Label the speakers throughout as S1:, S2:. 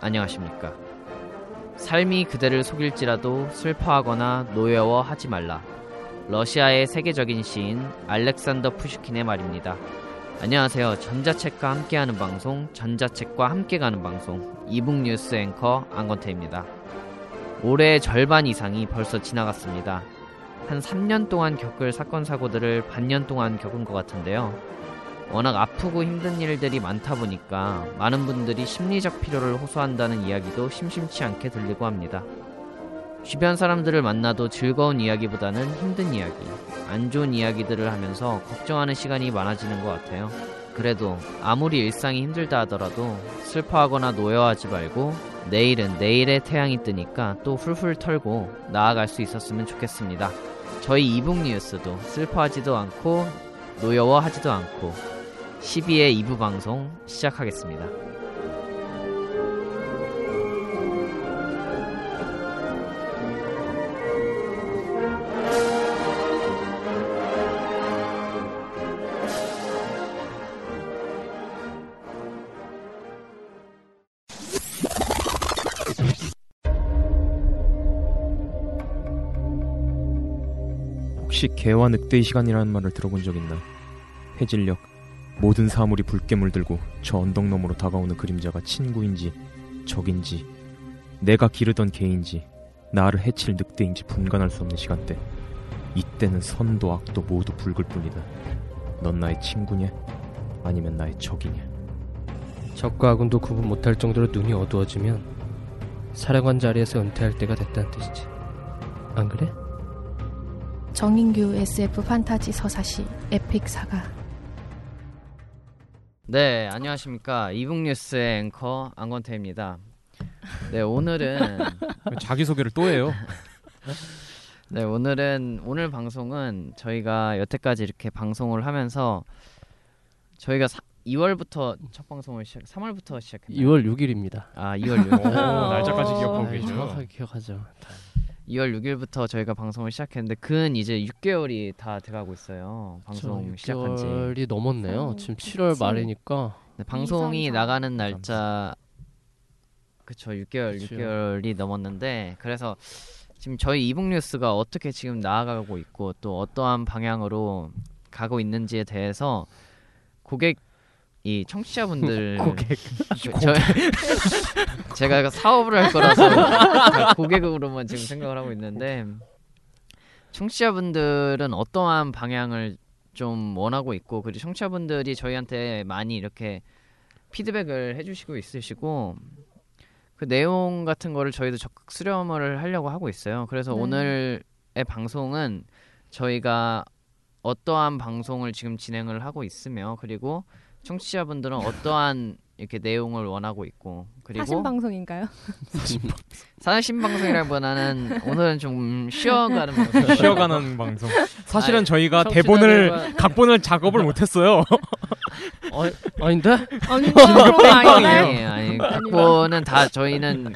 S1: 안녕하십니까 삶이 그대를 속일지라도 슬퍼하거나 노여워하지 말라 러시아의 세계적인 시인 알렉산더 푸시킨의 말입니다 안녕하세요 전자책과 함께하는 방송 전자책과 함께 가는 방송 이북 뉴스 앵커 안건태입니다 올해 절반 이상이 벌써 지나갔습니다 한 3년 동안 겪을 사건 사고들을 반년 동안 겪은 것 같은데요 워낙 아프고 힘든 일들이 많다 보니까 많은 분들이 심리적 필요를 호소한다는 이야기도 심심치 않게 들리고 합니다. 주변 사람들을 만나도 즐거운 이야기보다는 힘든 이야기, 안 좋은 이야기들을 하면서 걱정하는 시간이 많아지는 것 같아요. 그래도 아무리 일상이 힘들다 하더라도 슬퍼하거나 노여워하지 말고 내일은 내일의 태양이 뜨니까 또 훌훌 털고 나아갈 수 있었으면 좋겠습니다. 저희 이북 뉴스도 슬퍼하지도 않고 노여워하지도 않고 12회 2부 방송 시작하겠습니다.
S2: 혹시 개와 늑대의 시간이라는 말을 들어본 적 있나? 해질녘 모든 사물이 붉게 물들고 저 언덕 너머로 다가오는 그림자가 친구인지 적인지 내가 기르던 개인지 나를 해칠 늑대인지 분간할 수 없는 시간대 이때는 선도 악도 모두 붉을 뿐이다 넌 나의 친구냐 아니면 나의 적이냐
S3: 적과 아군도 구분 못할 정도로 눈이 어두워지면 사령관 자리에서 은퇴할 때가 됐다는 뜻이지. 안 그래?
S4: 정인규 SF 판타지 서사시 에픽 사가
S1: 네, 안녕하십니까. 이북뉴스의 앵커 안건태입니다. 네, 오늘은
S2: 자기소개를 또 해요
S1: 네, 오늘은 오늘 방송은 저희가 여태까지 이렇게 방송을 하면서 저희가 사, 2월부터 첫 방송을 시작 3월부터 시작했나요?
S3: 2월 6일입니다.
S1: 아, 2월 6일.
S5: 날짜까지 기억하고 계시죠?
S3: 어, 네. 정확하게 기억하죠.
S1: 2월 6일부터 저희가 방송을 시작했는데 근 이제 6개월이 다 돼가고 있어요. 방송 시작한 지.
S3: 6개월이 넘었네요.
S4: 음,
S3: 지금 7월
S4: 그치.
S3: 말이니까
S1: 네, 방송이
S4: 이상.
S1: 나가는 날짜 그쵸 6개월
S3: 그쵸.
S1: 6개월이 넘었는데 그래서 지금 저희 이북 뉴스가 어떻게 지금 나아가고 있고 또 어떠한 방향으로 가고 있는지에 대해서 고객 이 청취자분들 고객 저, 제가 이거 사업을 할 거라서 다 고객으로만 지금 생각을 하고 있는데 청취자분들은 어떠한 방향을 좀 원하고 있고 그리고 청취자분들이 저희한테 많이 이렇게 피드백을 해주시고 있으시고 그 내용 같은 거를 저희도 적극 수렴을 하려고 하고 있어요. 그래서
S4: 네.
S1: 오늘의 방송은 저희가 어떠한 방송을 지금 진행을 하고 있으며 그리고 청취자분들은 어떠한 이렇게 내용을 원하고 있고 그리고
S4: 사신 방송인가요?
S1: 사신 방송이라기보다는 오늘은 좀 쉬어가는 방송.
S2: 쉬어가는 방송 사실은
S1: 아이,
S2: 저희가 대본을
S3: 청취자들과-
S2: 각본을 작업을 못했어요
S3: 어, 아닌데?
S4: 아니 그런
S2: 어.
S4: 거 아닌가요?
S1: 아니, 아니 각본은 다 저희는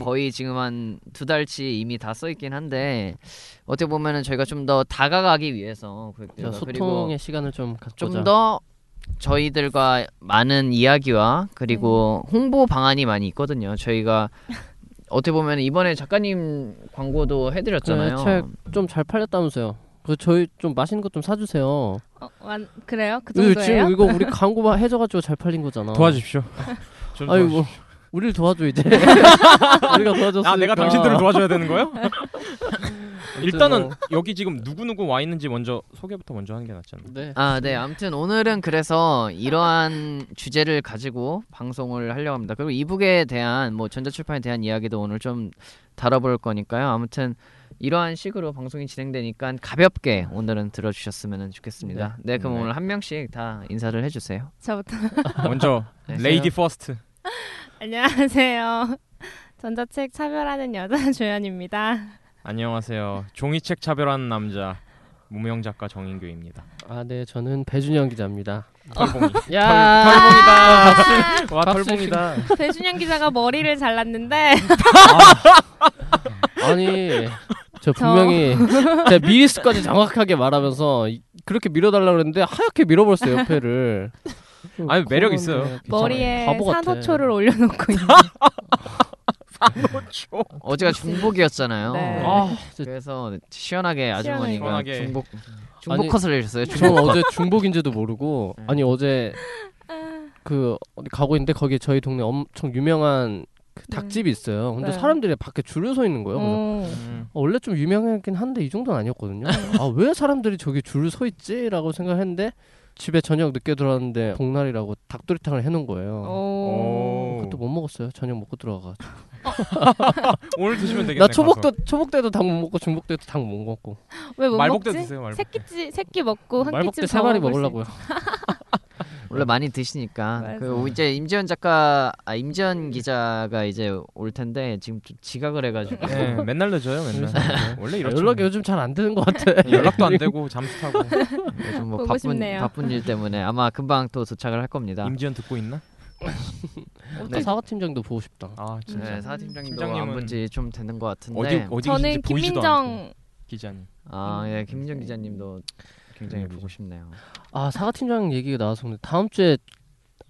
S1: 거의 지금 한 두 달치 이미 다 써 있긴 한데 어떻게 보면은 저희가 좀 더 다가가기 위해서
S3: 저
S1: 고객들과 네, 그리고
S3: 소통의 시간을 좀 갖고자.
S1: 좀 더 저희들과 많은 이야기와 그리고 홍보 방안이 많이 있거든요. 저희가 어떻게 보면 이번에 작가님 광고도 해드렸잖아요.
S3: 네, 책. 좀 잘 팔렸다면서요. 그 저희 좀 맛있는 것 좀 사주세요.
S4: 어, 완- 그래요? 그
S3: 이거 지금
S4: 정도예요?
S3: 이거 우리 광고만 해줘가지고 잘 팔린 거잖아.
S2: 도와주십시오
S3: 아이고, 우리를 도와줘 이제. 우리가 도와줬으니까.
S2: 아 내가 당신들을 도와줘야 되는 거예요? 아, 일단은
S3: 뭐.
S2: 여기 지금 누구 누구 와 있는지 먼저 소개부터 먼저 하는 게 낫잖아.
S3: 네.
S1: 아, 네. 아무튼 오늘은 그래서 이러한 주제를 가지고 방송을 하려고 합니다. 그리고 이북에 대한 뭐 전자출판에 대한 이야기도 오늘 좀 다뤄볼 거니까요. 아무튼 이러한 식으로 방송이 진행되니까 가볍게 오늘은 들어주셨으면 좋겠습니다. 네, 그럼
S2: 네.
S1: 오늘 한 명씩 다 인사를 해주세요.
S4: 저부터
S2: 먼저
S1: 네.
S2: 레이디 퍼스트.
S4: 안녕하세요. 전자책 차별하는 여자 조연입니다.
S2: 안녕하세요. 종이책 차별하는 남자 무명 작가 정인규입니다.
S3: 아, 네, 저는 배준영 기자입니다.
S2: 털봉이.
S3: 야,
S4: 아.
S2: 아, 와
S3: 박수
S2: 털봉이다.
S4: 배준영 기자가 머리를 잘랐는데
S2: 음,
S3: 아니, 저
S4: 저-
S3: 분명히 제가 미리스까지 정확하게 말하면서 이- 그렇게 밀어달라 그랬는데 하얗게 밀어버렸어요 옆에를.
S2: 아니, 매력 있어요.
S4: 그 머리에
S3: 바보 같아.
S4: 산호초를 올려놓고 있는.
S1: 어제가 중복이었잖아요.
S4: 네.
S3: 아, 진짜
S1: 그래서 시원하게 아주머니가
S2: 시원하게.
S1: 중복 중복
S3: 아니,
S1: 컷을 내셨어요.
S3: 저
S1: 중복 컷.
S3: 어제 중복인지도 모르고
S2: 음.
S3: 아니 어제
S2: 아!
S3: 그 어디 가고 있는데 거기 저희 동네 엄청 유명한 그
S4: 네.
S3: 닭집이 있어요. 근데
S4: 네.
S3: 사람들이 밖에 줄을 서 있는 거예요. 그래서
S4: 오.
S2: 음.
S3: 어, 원래 좀 유명하긴 한데 이 정도는 아니었거든요. 아 왜 사람들이 저기 줄을 서 있지라고 생각했는데 집에 저녁 늦게 들어왔는데 복날이라고 닭도리탕을 해놓은
S4: 어.
S3: 거예요.
S2: 어.
S4: 오.
S2: 뭐.
S3: 그것도 못 먹었어요. 저녁 먹고 들어가.
S2: 오늘 드시면 되겠네.
S3: 나 초복도 초복 때도 닭 못 먹고 중복 때도 닭 못 먹고
S4: 왜못
S2: 말복 때
S4: 먹지?
S2: 드세요, 말복.
S4: 새끼 새끼 먹고 그 한
S3: 말복
S4: 끼쯤
S3: 때세 마리 먹으려고요.
S1: 원래 많이 드시니까
S4: 네. 맞아요. 음.
S1: 그 이제 임지현 작가 아 임지현 기자가 이제 올 텐데 지금 좀 지각을 해가지고
S2: 네, 맨날 늦어요, 맨날. 원래 이렇죠. 네,
S3: 연락이 요즘 잘 안 되는 것
S4: 네.
S3: 같아.
S2: 연락도 안 되고 잠수 타고.
S1: 요즘 네. 뭐
S4: 보고
S1: 바쁜
S4: 싶네요.
S1: 바쁜 일 때문에 아마 금방 또 도착을 할 겁니다.
S2: 임지연 듣고 있나?
S3: 나 네, 사과 팀장도 보고 싶다.
S2: 아, 진짜.
S1: 네, 사 팀장님도
S2: 팀장님은
S1: 안 본지 좀 되는 것 같은데.
S2: 어디 어디
S4: 저는
S2: 계신지 보이지도 않고.
S4: 김민정
S2: 기자님.
S1: 아, 예, 김정 기자님도 굉장히
S2: 음,
S1: 보고 싶네요.
S3: 아 사과 팀장 얘기가 나와서 근데 다음 주에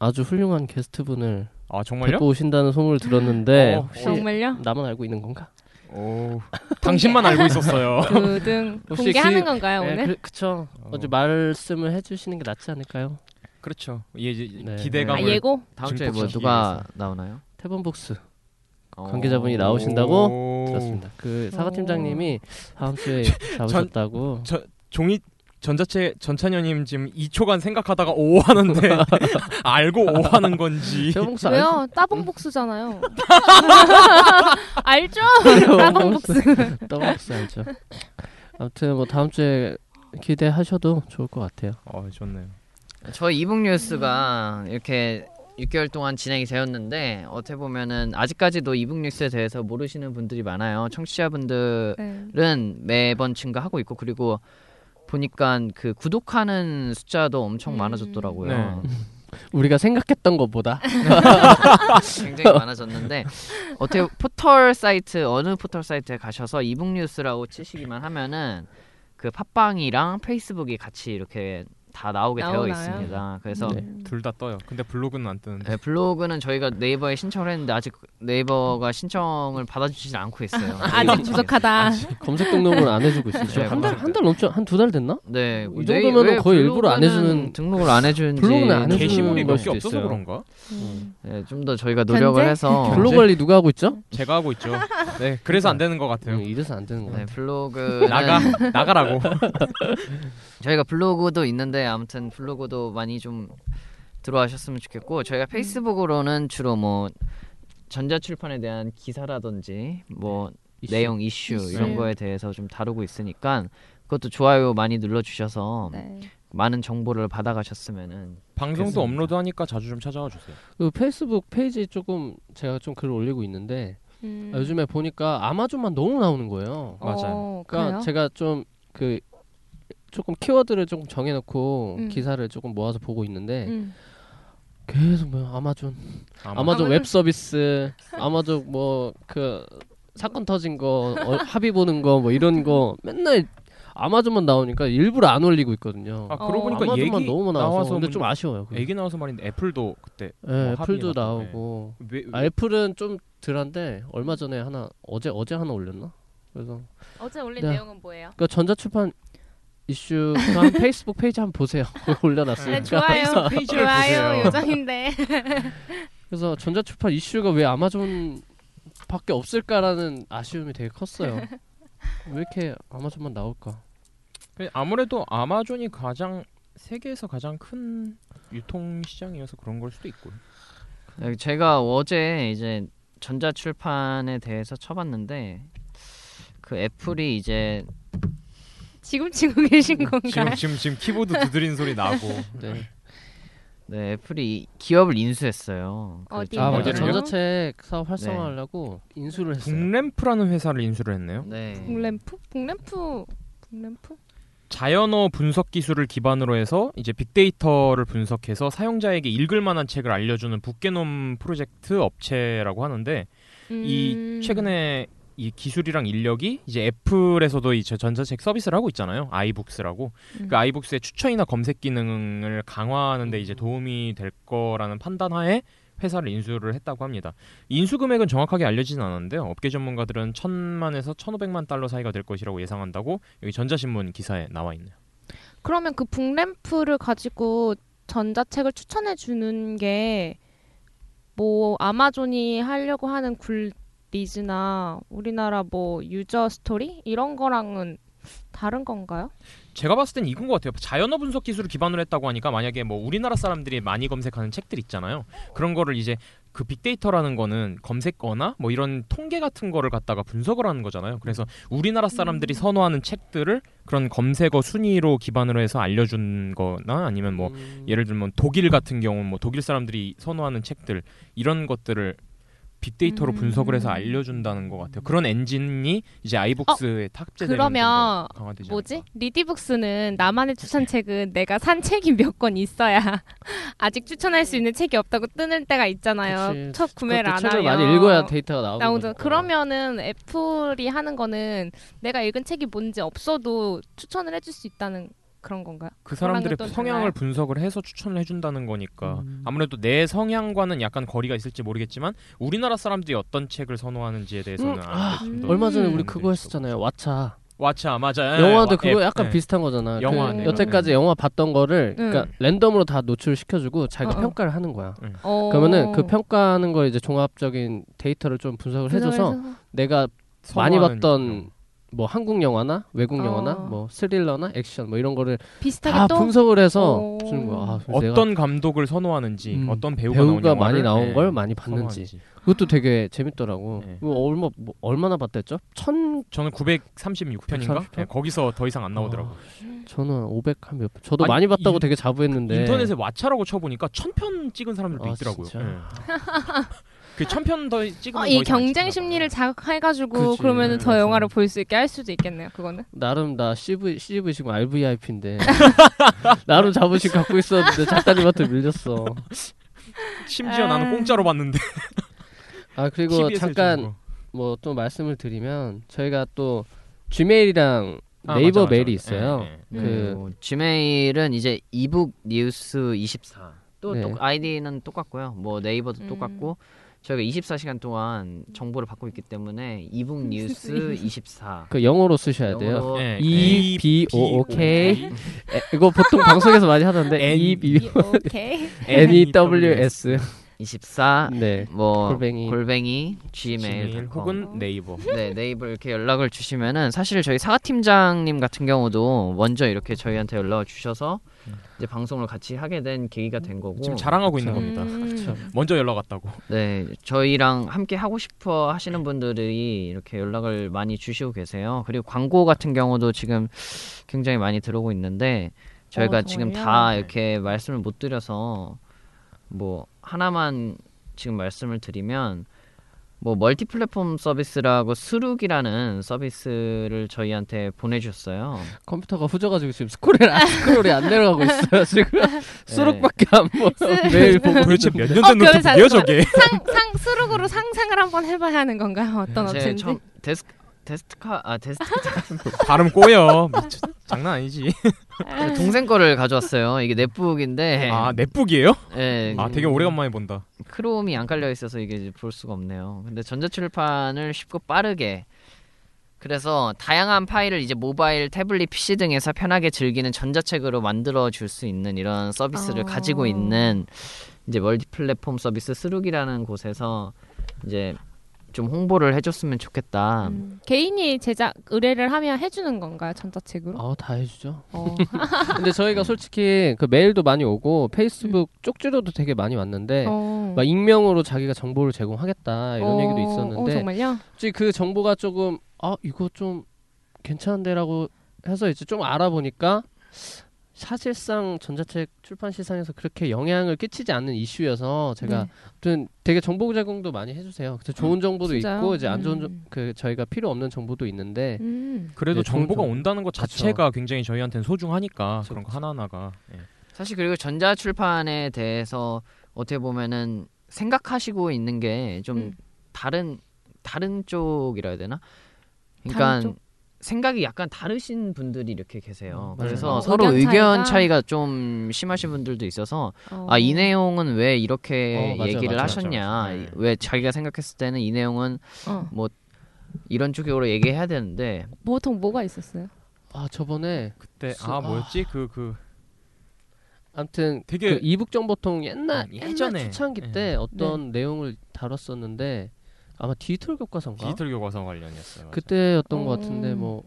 S3: 아주 훌륭한 게스트 분을
S2: 아, 정말요?
S3: 데리고 오신다는 소문을 들었는데
S2: 어,
S3: 혹시
S4: 정말요?
S3: 나만 알고 있는 건가?
S2: 오. 당신만 알고 있었어요.
S4: 두둥
S3: 혹시
S4: 공개하는
S3: 그-
S4: 건가요
S3: 네,
S4: 아, 오늘?
S3: 그, 그쵸. 어제 말씀을 해주시는 게 낫지 않을까요?
S2: 그렇죠. 예, 이제
S3: 네.
S4: 아,
S2: 기대감을
S4: 예고?
S1: 다음 주에 뭐
S2: 증폭시키기
S1: 누가 나오나요?
S3: 태범복스
S1: 어,
S3: 관계자분이
S2: 오.
S3: 나오신다고 들었습니다. 그
S4: 오.
S3: 사과 팀장님이 다음 주에 잡으셨다고.
S2: 종이 전자책 전찬현님 지금 2초간 생각하다가 오 하는데 알고 오 하는 건지
S3: 태범복스 안
S4: 왜요? 따봉복수잖아요. 알죠? 따봉복수.
S3: 태범복스 알죠. 아무튼 뭐 다음 주에 기대하셔도 좋을 것 같아요.
S2: 어 좋네요.
S1: 저희 이북 뉴스가 이렇게 6개월 동안 진행이 되었는데 어떻게 보면은 아직까지도 이북 뉴스에 대해서 모르시는 분들이 많아요. 청취자분들은
S4: 네.
S1: 매번 증가하고 있고 그리고 보니까 그 구독하는 숫자도 엄청
S4: 음.
S1: 많아졌더라고요.
S3: 우리가 생각했던 것보다
S1: 굉장히 많아졌는데 어떻게 포털 사이트 어느 포털 사이트에 가셔서 이북뉴스라고 치시기만 하면은 그 팟빵이랑 페이스북이 같이 이렇게 다 나오게 되어
S4: 나오나요?
S1: 있습니다. 그래서
S3: 네.
S2: 둘 다 떠요. 근데 블로그는 안 뜨는데.
S1: 네, 블로그는 저희가 네이버에 신청을 했는데 아직 네이버가 신청을 받아주지 않고 있어요.
S4: 아직 부족하다.
S3: 검색 등록을 안 해주고 있어요.
S1: 네,
S3: 한달 한 달 넘죠? 한 두 달 됐나?
S1: 네,
S3: 이
S1: 네,
S3: 정도면은
S1: 왜
S3: 거의 일부러 안
S1: 블로그는
S3: 해주는-
S1: 등록을 안 해주는지
S3: 블로그는 안 해주는
S2: 게시물이
S3: 걸
S2: 몇 개
S3: 수도
S2: 없어서
S3: 아, 있어요.
S2: 그런가?
S4: 음,
S1: 네, 좀더 저희가 노력을
S4: 견제?
S1: 해서
S3: 블로그 관리 누가 하고 있죠?
S2: 제가 하고 있죠. 네, 그래서 안 되는 것 같아요.
S3: 네, 이래서 안 되는 거
S1: 네,
S3: 같아요. 음.
S1: 블로그
S2: 나가 나가라고.
S1: 저희가 블로그도 있는데 아무튼 블로그도 많이 좀 들어와셨으면 좋겠고 저희가 페이스북으로는 주로 뭐 전자출판에 대한 기사라든지 뭐
S3: 이슈.
S1: 내용 이슈,
S4: 이슈.
S1: 이런 거에 대해서 좀 다루고 있으니까 그것도 좋아요 많이 눌러주셔서
S4: 네.
S1: 많은 정보를 받아가셨으면은
S2: 방송도
S1: 그렇습니다.
S2: 업로드하니까 자주 좀 찾아와 주세요.
S3: 그 페이스북 페이지 조금 제가 좀 글을 올리고 있는데
S4: 음.
S3: 아, 요즘에 보니까 아마존만 너무 나오는 거예요.
S4: 어,
S2: 맞아요.
S3: 그러니까
S4: 그래요?
S3: 제가 좀 그 조금 키워드를 조금 정해놓고
S4: 음.
S3: 기사를 조금 모아서 보고 있는데
S4: 음.
S3: 계속 뭐 아마존,
S2: 아마,
S3: 아마존
S4: 아마존.
S3: 웹 서비스, 아마존 뭐 그 사건 터진 거 어, 합의 보는 거 뭐 이런 거 맨날 아마존만 나오니까 일부러 안 올리고 있거든요.
S2: 아 그러고
S4: 어.
S2: 보니까
S3: 아마존만
S2: 얘기
S3: 너무 나와서, 근데
S2: 문-
S3: 좀 아쉬워요. 그게.
S2: 얘기 나와서 말인데 애플도 그때
S3: 예,
S2: 뭐
S3: 애플도
S2: 합의나 예. 또,
S3: 나오고
S2: 왜, 왜-
S3: 아, 애플은 좀 덜한데 얼마 전에 하나 어제 어제 하나 올렸나? 그래서
S4: 어제 올린
S3: 네.
S4: 내용은 뭐예요?
S3: 그 전자출판 이슈 그냥 페이스북 페이지 한번 보세요. 올려놨으니까.
S4: 네, 좋아요.
S2: 페이지를
S4: 좋아요.
S2: 보세요.
S4: 요정인데.
S3: 그래서 전자출판 이슈가 왜 아마존밖에 없을까라는 아쉬움이 되게 컸어요. 왜 이렇게 아마존만 나올까?
S2: 그 아무래도 아마존이 가장 세계에서 가장 큰 유통 시장이어서 그런 걸 수도 있고.
S1: 네, 제가 어제 이제 전자출판에 대해서 쳐봤는데 그 애플이 이제
S4: 지금 치고 계신 건가요?
S2: 지금 지금 지금 키보드 두드리는 소리 나고.
S3: 네.
S1: 네, 애플이 이- 기업을 인수했어요. 그
S4: 어디?
S1: 좀-
S3: 아
S4: 네.
S3: 맞아
S4: 어디를요?
S3: 전자책 사업 활성화하려고 인수를 했어요.
S2: 북램프라는 회사를 인수를 했네요.
S1: 네.
S4: 북램프? 북램프? 북램프?
S2: 자연어 분석 기술을 기반으로 해서 이제 빅데이터를 분석해서 사용자에게 읽을 만한 책을 알려주는 북게놈 프로젝트 업체라고 하는데 이
S4: 음.
S2: 최근에 이 기술이랑 인력이 이제 애플에서도 이 저- 전자책 서비스를 하고 있잖아요. 아이북스라고.
S4: 음.
S2: 그 아이북스의 추천이나 검색 기능을 강화하는 데
S4: 음.
S2: 이제 도움이 될 거라는 판단하에 회사를 인수를 했다고 합니다. 인수 금액은 정확하게 알려지진 않았는데요. 업계 전문가들은 천만에서 천오백만 달러 사이가 될 것이라고 예상한다고 여기 전자신문 기사에 나와 있네요.
S4: 그러면 그 북램프를 가지고 전자책을 추천해 주는 게 뭐 아마존이 하려고 하는 굴리즈나 우리나라 뭐 유저 스토리 이런 거랑은 다른 건가요?
S2: 제가 봤을 땐 이건 것 같아요. 자연어 분석 기술을 기반으로 했다고 하니까 만약에 뭐 우리나라 사람들이 많이 검색하는 책들 있잖아요. 그런 거를 이제 그 빅데이터라는 거는 검색어나 뭐 이런 통계 같은 거를 갖다가 분석을 하는 거잖아요. 그래서 우리나라
S4: 음.
S2: 사람들이 선호하는 책들을 그런 검색어 순위로 기반으로 해서 알려준 거나 아니면 뭐
S3: 음.
S2: 예를 들면 독일 같은 경우는 뭐 독일 사람들이 선호하는 책들 이런 것들을 빅데이터로
S4: 음.
S2: 분석을 해서 알려준다는 것 같아요. 그런 엔진이 이제 아이북스에 탑재되는
S4: 어, 그러면
S2: 강화되지
S4: 뭐지?
S2: 않을까.
S4: 리디북스는 나만의 추천책은 내가 산 책이 몇 권 있어야 아직 추천할 수 있는 책이 없다고 뜨는 때가 있잖아요.
S3: 그치.
S4: 첫 구매를
S3: 그것도
S4: 안
S3: 책을
S4: 하면
S3: 많이 읽어야 데이터가 나오는
S4: 나오죠.
S3: 거니까.
S4: 그러면은 애플이 하는 거는 내가 읽은 책이 뭔지 없어도 추천을 해줄 수 있다는 그런 건가요?
S2: 그 사람들의
S4: 그거랑은 또
S2: 성향을
S4: 달라요?
S2: 분석을 해서 추천을 해준다는 거니까
S3: 음.
S2: 아무래도 내 성향과는 약간 거리가 있을지 모르겠지만 우리나라 사람들이 어떤 책을 선호하는지에 대해서는
S3: 음, 네.
S2: 아는 데
S4: 아,
S2: 좀더
S4: 음.
S3: 얼마 전에
S4: 음.
S3: 우리 그거 했었잖아요. 왓챠.
S2: 왓챠 맞아 예,
S3: 영화도 그거 약간 비슷한 거잖아.
S2: 영화
S4: 네.
S3: 그 여태까지 영화 봤던 거를
S4: 음.
S3: 그러니까 랜덤으로 다 노출시켜주고 자기가
S4: 어, 어.
S3: 평가를 하는 거야.
S4: 어...
S3: 그러면은 그 평가하는 걸 이제 종합적인 데이터를 좀
S4: 그
S3: 분석을 해줘서 내가 많이
S2: 음.
S3: 봤던 뭐 한국 영화나 외국
S4: 어.
S3: 영화나 뭐 스릴러나 액션 뭐 이런 거를
S4: 비슷하게
S3: 다
S4: 또
S3: 분석을 해서
S4: 어.
S3: 주는 거야. 아, 그래서 내가
S2: 어떤 감독을 선호하는지
S3: 음,
S2: 어떤 배우가,
S3: 배우가
S2: 나온
S3: 많이
S2: 영화를,
S3: 나온
S2: 네,
S3: 걸 많이 봤는지
S2: 선호하는지.
S3: 그것도 되게 재밌더라고.
S2: 네.
S3: 뭐 얼마 뭐 얼마나 봤댔죠? 천
S2: 저는 936편인가 예,
S3: 936 편?
S2: 거기서 더 이상 안
S3: 아,
S2: 나오더라고요.
S3: 저는 500한 몇. 저도
S2: 아니,
S3: 많이 봤다고
S2: 인-
S3: 되게 자부했는데
S2: 인터넷에 왓챠라고 쳐보니까 1000편 찍은 사람들도
S3: 네. 아,
S2: 있더라고요. 예.
S3: 진짜?
S2: 그 1000편 더 찍으면
S4: 어,
S2: 더
S4: 이
S2: 이상 안 찍히나
S4: 경쟁
S2: 봐요.
S4: 심리를 자극해가지고
S3: 그치.
S4: 그러면은더
S2: 맞아.
S4: 영화를 볼 수 있게 할 수도 있겠네요. 그거는
S3: 나름 나 CV CV 지금 RVIP인데 나름 자부심 갖고 있었는데 작가님한테 밀렸어.
S2: 심지어
S4: 아.
S2: 나는 공짜로 봤는데
S3: 아 그리고
S2: TBS 를 주는
S3: 잠깐
S2: 거.
S3: 뭐 또 말씀을 드리면 저희가 또 Gmail이랑
S2: 아, 맞아,
S3: 네이버
S2: 맞아.
S3: 메일이
S2: 예,
S3: 있어요.
S2: 예.
S3: 그
S4: 음.
S1: 그리고 Gmail은 이제 이북 뉴스 24. 또,
S3: 네.
S1: 똑- 아이디는 똑같고요. 뭐 네이버도
S4: 음.
S1: 똑같고 저희가 24시간 동안 정보를 받고 있기 때문에 이북 뉴스 24.
S3: 그 영어로 쓰셔야 돼요.
S1: 영어로
S2: 예,
S3: E B O O K
S2: E,
S3: 에, 이거 보통 방송에서 많이 하던데 E B
S1: 음.
S4: 이- 오케이.
S3: N E W S
S1: 24.
S3: 네
S1: 뭐
S3: 골뱅이.
S1: 골뱅이, 골뱅이
S2: 지메일
S1: gmail.com
S2: 혹은 네이버.
S1: 네 네이버 이렇게 연락을 주시면은 사실 저희 사과 팀장님 같은 경우도 먼저 이렇게 저희한테 연락을 주셔서 이제 방송을 같이 하게 된 계기가 된 거고
S2: 음. 지금 자랑하고 있는
S3: 그렇죠.
S2: 겁니다.
S1: 아,
S4: 음.
S2: 먼저 연락 왔다고.
S3: 어,
S1: 네, 저희랑 함께 하고 싶어 하시는 분들이 이렇게 연락을 많이 주시고 계세요. 그리고 광고 같은 경우도 지금 굉장히 많이 들어오고 있는데 저희가
S4: 어,
S1: 지금
S4: 정말요?
S1: 다 이렇게 말씀을 못 드려서 뭐 하나만 지금 말씀을 드리면 뭐 멀티 플랫폼 서비스라고 스룩이라는 서비스를 저희한테 보내주셨어요.
S3: 컴퓨터가 후져가지고 지금 스크롤이 안, 스크롤이 안 내려가고 있어요 지금 수록밖에 안 보여
S4: 스-
S3: 매일 보고
S2: 도대체 몇 년
S4: 어,
S2: 된
S4: 그러면
S2: 노트북이요
S4: 사-
S2: 저게?
S4: 상, 상 수록으로 상상을 한번 해봐야 하는 건가요? 어떤
S1: 네, 제
S4: 업체인지?
S1: 처음 데스크 데스트카 아 데스크
S2: 발음 꼬여. 미쳐. 장난 아니지.
S1: 동생 거를 가져왔어요. 이게 넷북인데
S2: 아 넷북이에요?
S1: 예,
S2: 아 되게 오래간만에 본다.
S1: 크롬이 안 깔려 있어서 이게 이제 볼 수가 없네요. 근데 전자출판을 쉽고 빠르게 그래서 다양한 파일을 이제 모바일, 태블릿, PC 등에서 편하게 즐기는 전자책으로 만들어 줄 수 있는 이런 서비스를
S4: 어.
S1: 가지고 있는 이제 멀티 플랫폼 서비스 스룩이라는 곳에서 이제 좀 홍보를 해줬으면 좋겠다.
S4: 음. 개인이 제작 의뢰를 하면 해주는 건가요? 전자책으로?
S3: 아다 해주죠
S4: 어.
S3: 근데 저희가 솔직히 그 메일도 많이 오고 페이스북 쪽지로도 되게 많이
S1: 네.
S3: 왔는데
S4: 어.
S3: 막 익명으로 자기가 정보를 제공하겠다 이런
S4: 어,
S3: 얘기도
S4: 어,
S3: 있었는데
S4: 정말요?
S1: 네.
S3: 솔직히 그 정보가 조금 아 이거 좀 괜찮은데라고 해서 이제 좀 알아보니까 사실상 전자책 출판 시장에서 그렇게 영향을 끼치지 않는 이슈여서 제가
S4: 네. 아,
S3: 아무튼 되게 정보 제공도 많이 해주세요. 그래서 좋은 정보도
S4: 진짜요?
S3: 있고 이제 안 좋은 정-
S4: 음.
S3: 그 저희가 필요 없는 정보도 있는데
S4: 음.
S2: 그래도
S3: 네, 좋은
S2: 정보가
S3: 점.
S2: 온다는 것 자체가 굉장히 저희한테는 소중하니까 그런 거 하나하나가 예.
S1: 사실 그리고 전자 출판에 대해서 어떻게 보면은 생각하시고 있는 게 좀
S4: 음.
S1: 다른 다른 쪽이라 해야 되나?
S4: 다른
S1: 그러니까
S4: 쪽?
S1: 생각이 약간 다르신 분들이 이렇게 계세요.
S3: 음, 맞아요.
S1: 그래서
S4: 어,
S1: 서로
S4: 의견
S1: 의견
S4: 차이가?
S1: 차이가 좀 심하신 분들도 있어서
S4: 어.
S1: 아 이 내용은 왜 이렇게
S3: 어, 맞아요,
S1: 얘기를
S3: 맞아요,
S1: 하셨냐?
S2: 맞아요. 네.
S1: 왜 자기가 생각했을 때는 이 내용은
S4: 어.
S1: 이런 쪽으로 얘기해야 되는데
S4: 보통 뭐가 있었어요?
S3: 아 저번에
S2: 그때
S3: 수-
S2: 아 뭐였지 그 그
S3: 아무튼
S2: 되게-
S3: 그 이북 정보통 옛날
S2: 어, 예전에.
S3: 예전에 초창기
S2: 예.
S3: 때 어떤
S4: 네.
S3: 내용을 다뤘었는데 아마 디지털 교과서인가
S2: 디지털 교과서 관련이었어요. 맞아요.
S3: 그때였던 것
S4: 어.
S3: 같은데 뭐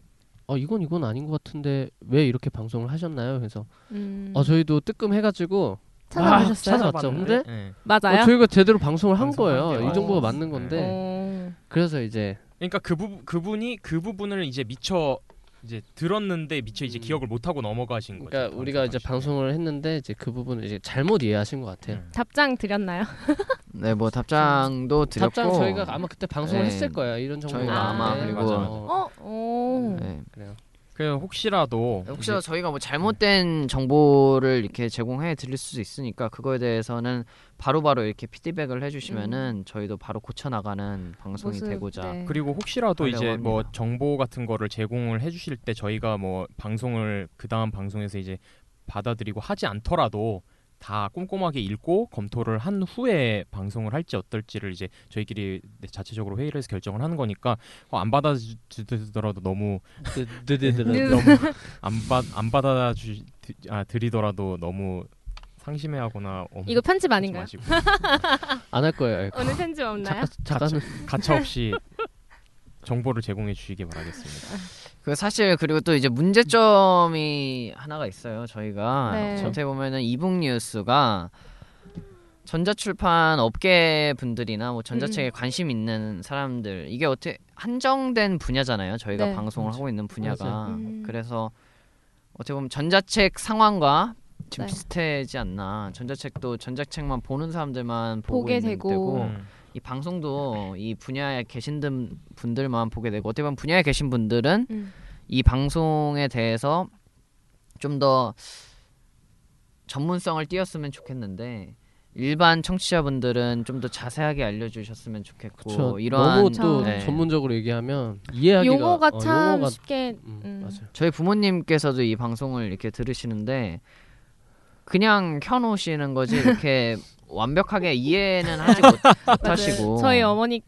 S3: 아, 이건 이건 아닌 것 같은데 왜 이렇게 방송을 하셨나요? 그래서
S4: 음.
S3: 아 저희도 뜨끔해가지고
S4: 찾아보셨어요?
S3: 아, 찾아봤죠. 근데
S2: 예.
S4: 맞아요?
S3: 어, 저희가 제대로 방송을 한
S2: 방송한
S3: 거예요.
S2: 게
S3: 이 정보가
S2: 어.
S3: 맞는 건데
S4: 어.
S3: 그래서 이제
S2: 그러니까 그 부분 그분이 그 부분을 이제 미처 이제 들었는데 미처 이제
S3: 음.
S2: 기억을 못 하고 넘어가신 거죠.
S3: 그러니까 우리가 이제
S2: 방송하실
S3: 방송을 했는데 이제 그 부분을 이제 잘못 이해하신 것
S2: 때.
S3: 같아요.
S2: 음.
S4: 답장 드렸나요?
S1: 네 뭐 답장도 드렸고
S3: 답장 저희가 아마 그때 방송을
S1: 네.
S3: 했을 거예요. 이런 정보
S1: 저희가
S4: 아, 아마
S3: 나왔는데.
S1: 그리고-
S3: 어,
S4: 어? 오.
S1: 네.
S3: 그래요.
S2: 그 혹시라도
S1: 혹시 나 저희가 뭐 잘못된 정보를 이렇게 제공해 드릴 수도 있으니까 그거에 대해서는 바로바로 이렇게 피드백을 해주시면은 저희도 바로 고쳐 나가는 방송이
S4: 모습,
S1: 되고자
S4: 네.
S2: 그리고 혹시라도
S1: 하려고
S2: 이제 뭐
S1: 합니다.
S2: 정보 같은 거를 제공을 해주실 때 저희가 뭐 방송을 그 다음 방송에서 이제 받아들이고 하지 않더라도 다 꼼꼼하게 읽고 검토를 한 후에 방송을 할지 어떨지를 이제 저희끼리 네, 자체적으로 회의를 해서 결정을 하는 거니까 어, 안 받아주더라도 너무 네.
S4: 네.
S3: 드드드드.
S2: 너무 안받안 받아주드리더라도 너무 상심해하거나 엄-
S4: 이거 편집
S2: 하지
S4: 아닌가요?
S2: 마시고
S3: 안할 거예요.
S4: 오늘 편집 없나요?
S3: 잠깐 잠깐은
S2: 가차 없이 정보를 제공해 주시기 바라겠습니다.
S1: 그 사실 그리고 또 이제 문제점이 하나가 있어요. 저희가
S4: 네.
S1: 어떻게 보면은 이북 뉴스가 전자출판 업계 분들이나 뭐
S4: 음.
S1: 전자책에 관심 있는 사람들 이게 어떻게 한정된 분야잖아요. 저희가
S4: 네.
S1: 방송을 하고 있는 분야가
S4: 맞아요. 음.
S1: 그래서 어떻게 보면 전자책 상황과 지금
S4: 네.
S1: 비슷하지 않나. 전자책도 전자책만 보는 사람들만 보고
S4: 보게
S1: 있는
S4: 되고.
S1: 때고
S4: 음.
S1: 이 방송도 이 분야에 계신 분- 분들만 보게 되고 어떻게 보면 분야에 계신 분들은
S4: 음.
S1: 이 방송에 대해서 좀 더 전문성을 띄었으면 좋겠는데 일반 청취자분들은 좀 더 자세하게 알려주셨으면 좋겠고
S3: 그쵸.
S1: 이러한
S3: 너무
S4: 어.
S3: 또
S1: 네.
S3: 전문적으로 얘기하면 이해하기가
S4: 용어가
S3: 어,
S4: 참
S3: 용어가-
S4: 쉽게
S3: 음,
S4: 음.
S3: 맞아요.
S1: 저희 부모님께서도 이 방송을 이렇게 들으시는데 그냥 켜놓으시는 거지 이렇게 완벽하게 이해는 하지 못- 못하시고
S4: 저희 어머니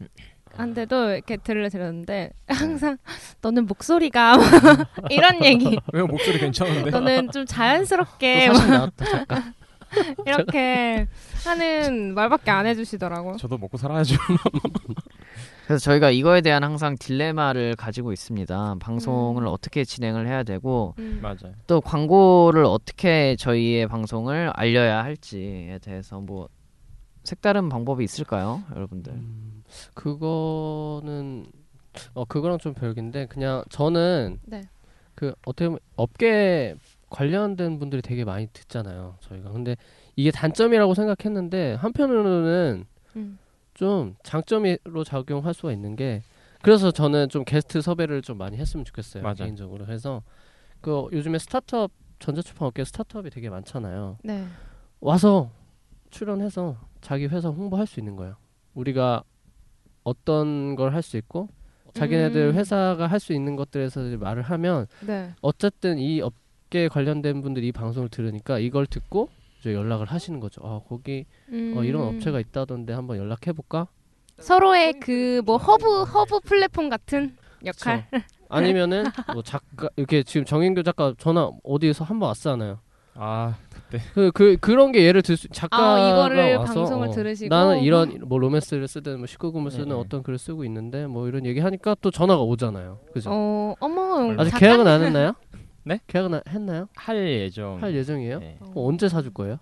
S4: 한테도 이렇게 들려드렸는데 항상 너는 목소리가 이런 얘기
S2: 왜요 목소리 괜찮은데?
S4: 너는 좀 자연스럽게
S3: 또 사실 나왔다 잠깐.
S4: 이렇게 하는 말밖에 안 해주시더라고.
S2: 저도 먹고 살아야죠.
S1: 그래서 저희가 이거에 대한 항상 딜레마를 가지고 있습니다 방송을 어떻게 진행을 해야 되고
S4: 음.
S2: 맞아요.
S1: 또 광고를 어떻게 저희의 방송을 알려야 할지에 대해서 뭐 색다른 방법이 있을까요,
S2: 네.
S1: 여러분들?
S3: 음, 그거는 어 그거랑 좀 별개인데 그냥 저는
S4: 네.
S3: 그 어떻게 보면 업계 관련된 분들이 되게 많이 듣잖아요 저희가 근데 이게 단점이라고 생각했는데 한편으로는
S4: 음.
S3: 좀 장점으로 작용할 수가 있는 게 그래서 저는 좀 게스트 섭외를 좀 많이 했으면 좋겠어요
S2: 맞아.
S3: 개인적으로 해서 그 요즘에 스타트업 전자출판 업계 스타트업이 되게 많잖아요
S4: 네.
S3: 와서 출연해서 자기 회사 홍보할 수 있는 거예요. 우리가 어떤 걸 할 수 있고 자기네들
S4: 음.
S3: 회사가 할 수 있는 것들에서 이제 말을 하면
S4: 네.
S3: 어쨌든 이 업계 관련된 분들이 이 방송을 들으니까 이걸 듣고 이제 연락을 하시는 거죠. 아 거기 어, 이런
S4: 음.
S3: 업체가 있다던데 한번 연락해 볼까?
S4: 서로의 그 뭐 허브 허브 플랫폼 같은 역할.
S3: 아니면은 뭐 작가 이렇게 지금 정인교 작가 전화 어디에서 한번 왔잖아요.
S2: 아
S3: 그, 그 그런 게 예를 들수 작가가
S4: 아, 이거를
S3: 와서
S4: 방송을
S3: 어,
S4: 들으시고.
S3: 나는 이런 뭐 로맨스를 쓰든 뭐 식구금을 쓰든
S2: 네.
S3: 어떤 글을 쓰고 있는데 뭐 이런 얘기 하니까 또 전화가 오잖아요. 그죠?
S4: 어, 어머.
S3: 아직
S4: 작가님.
S3: 계약은 안 했나요?
S2: 네?
S3: 계약은 안- 했나요?
S2: 할 예정.
S3: 할 예정이에요?
S2: 네.
S3: 어, 언제 사줄 거예요?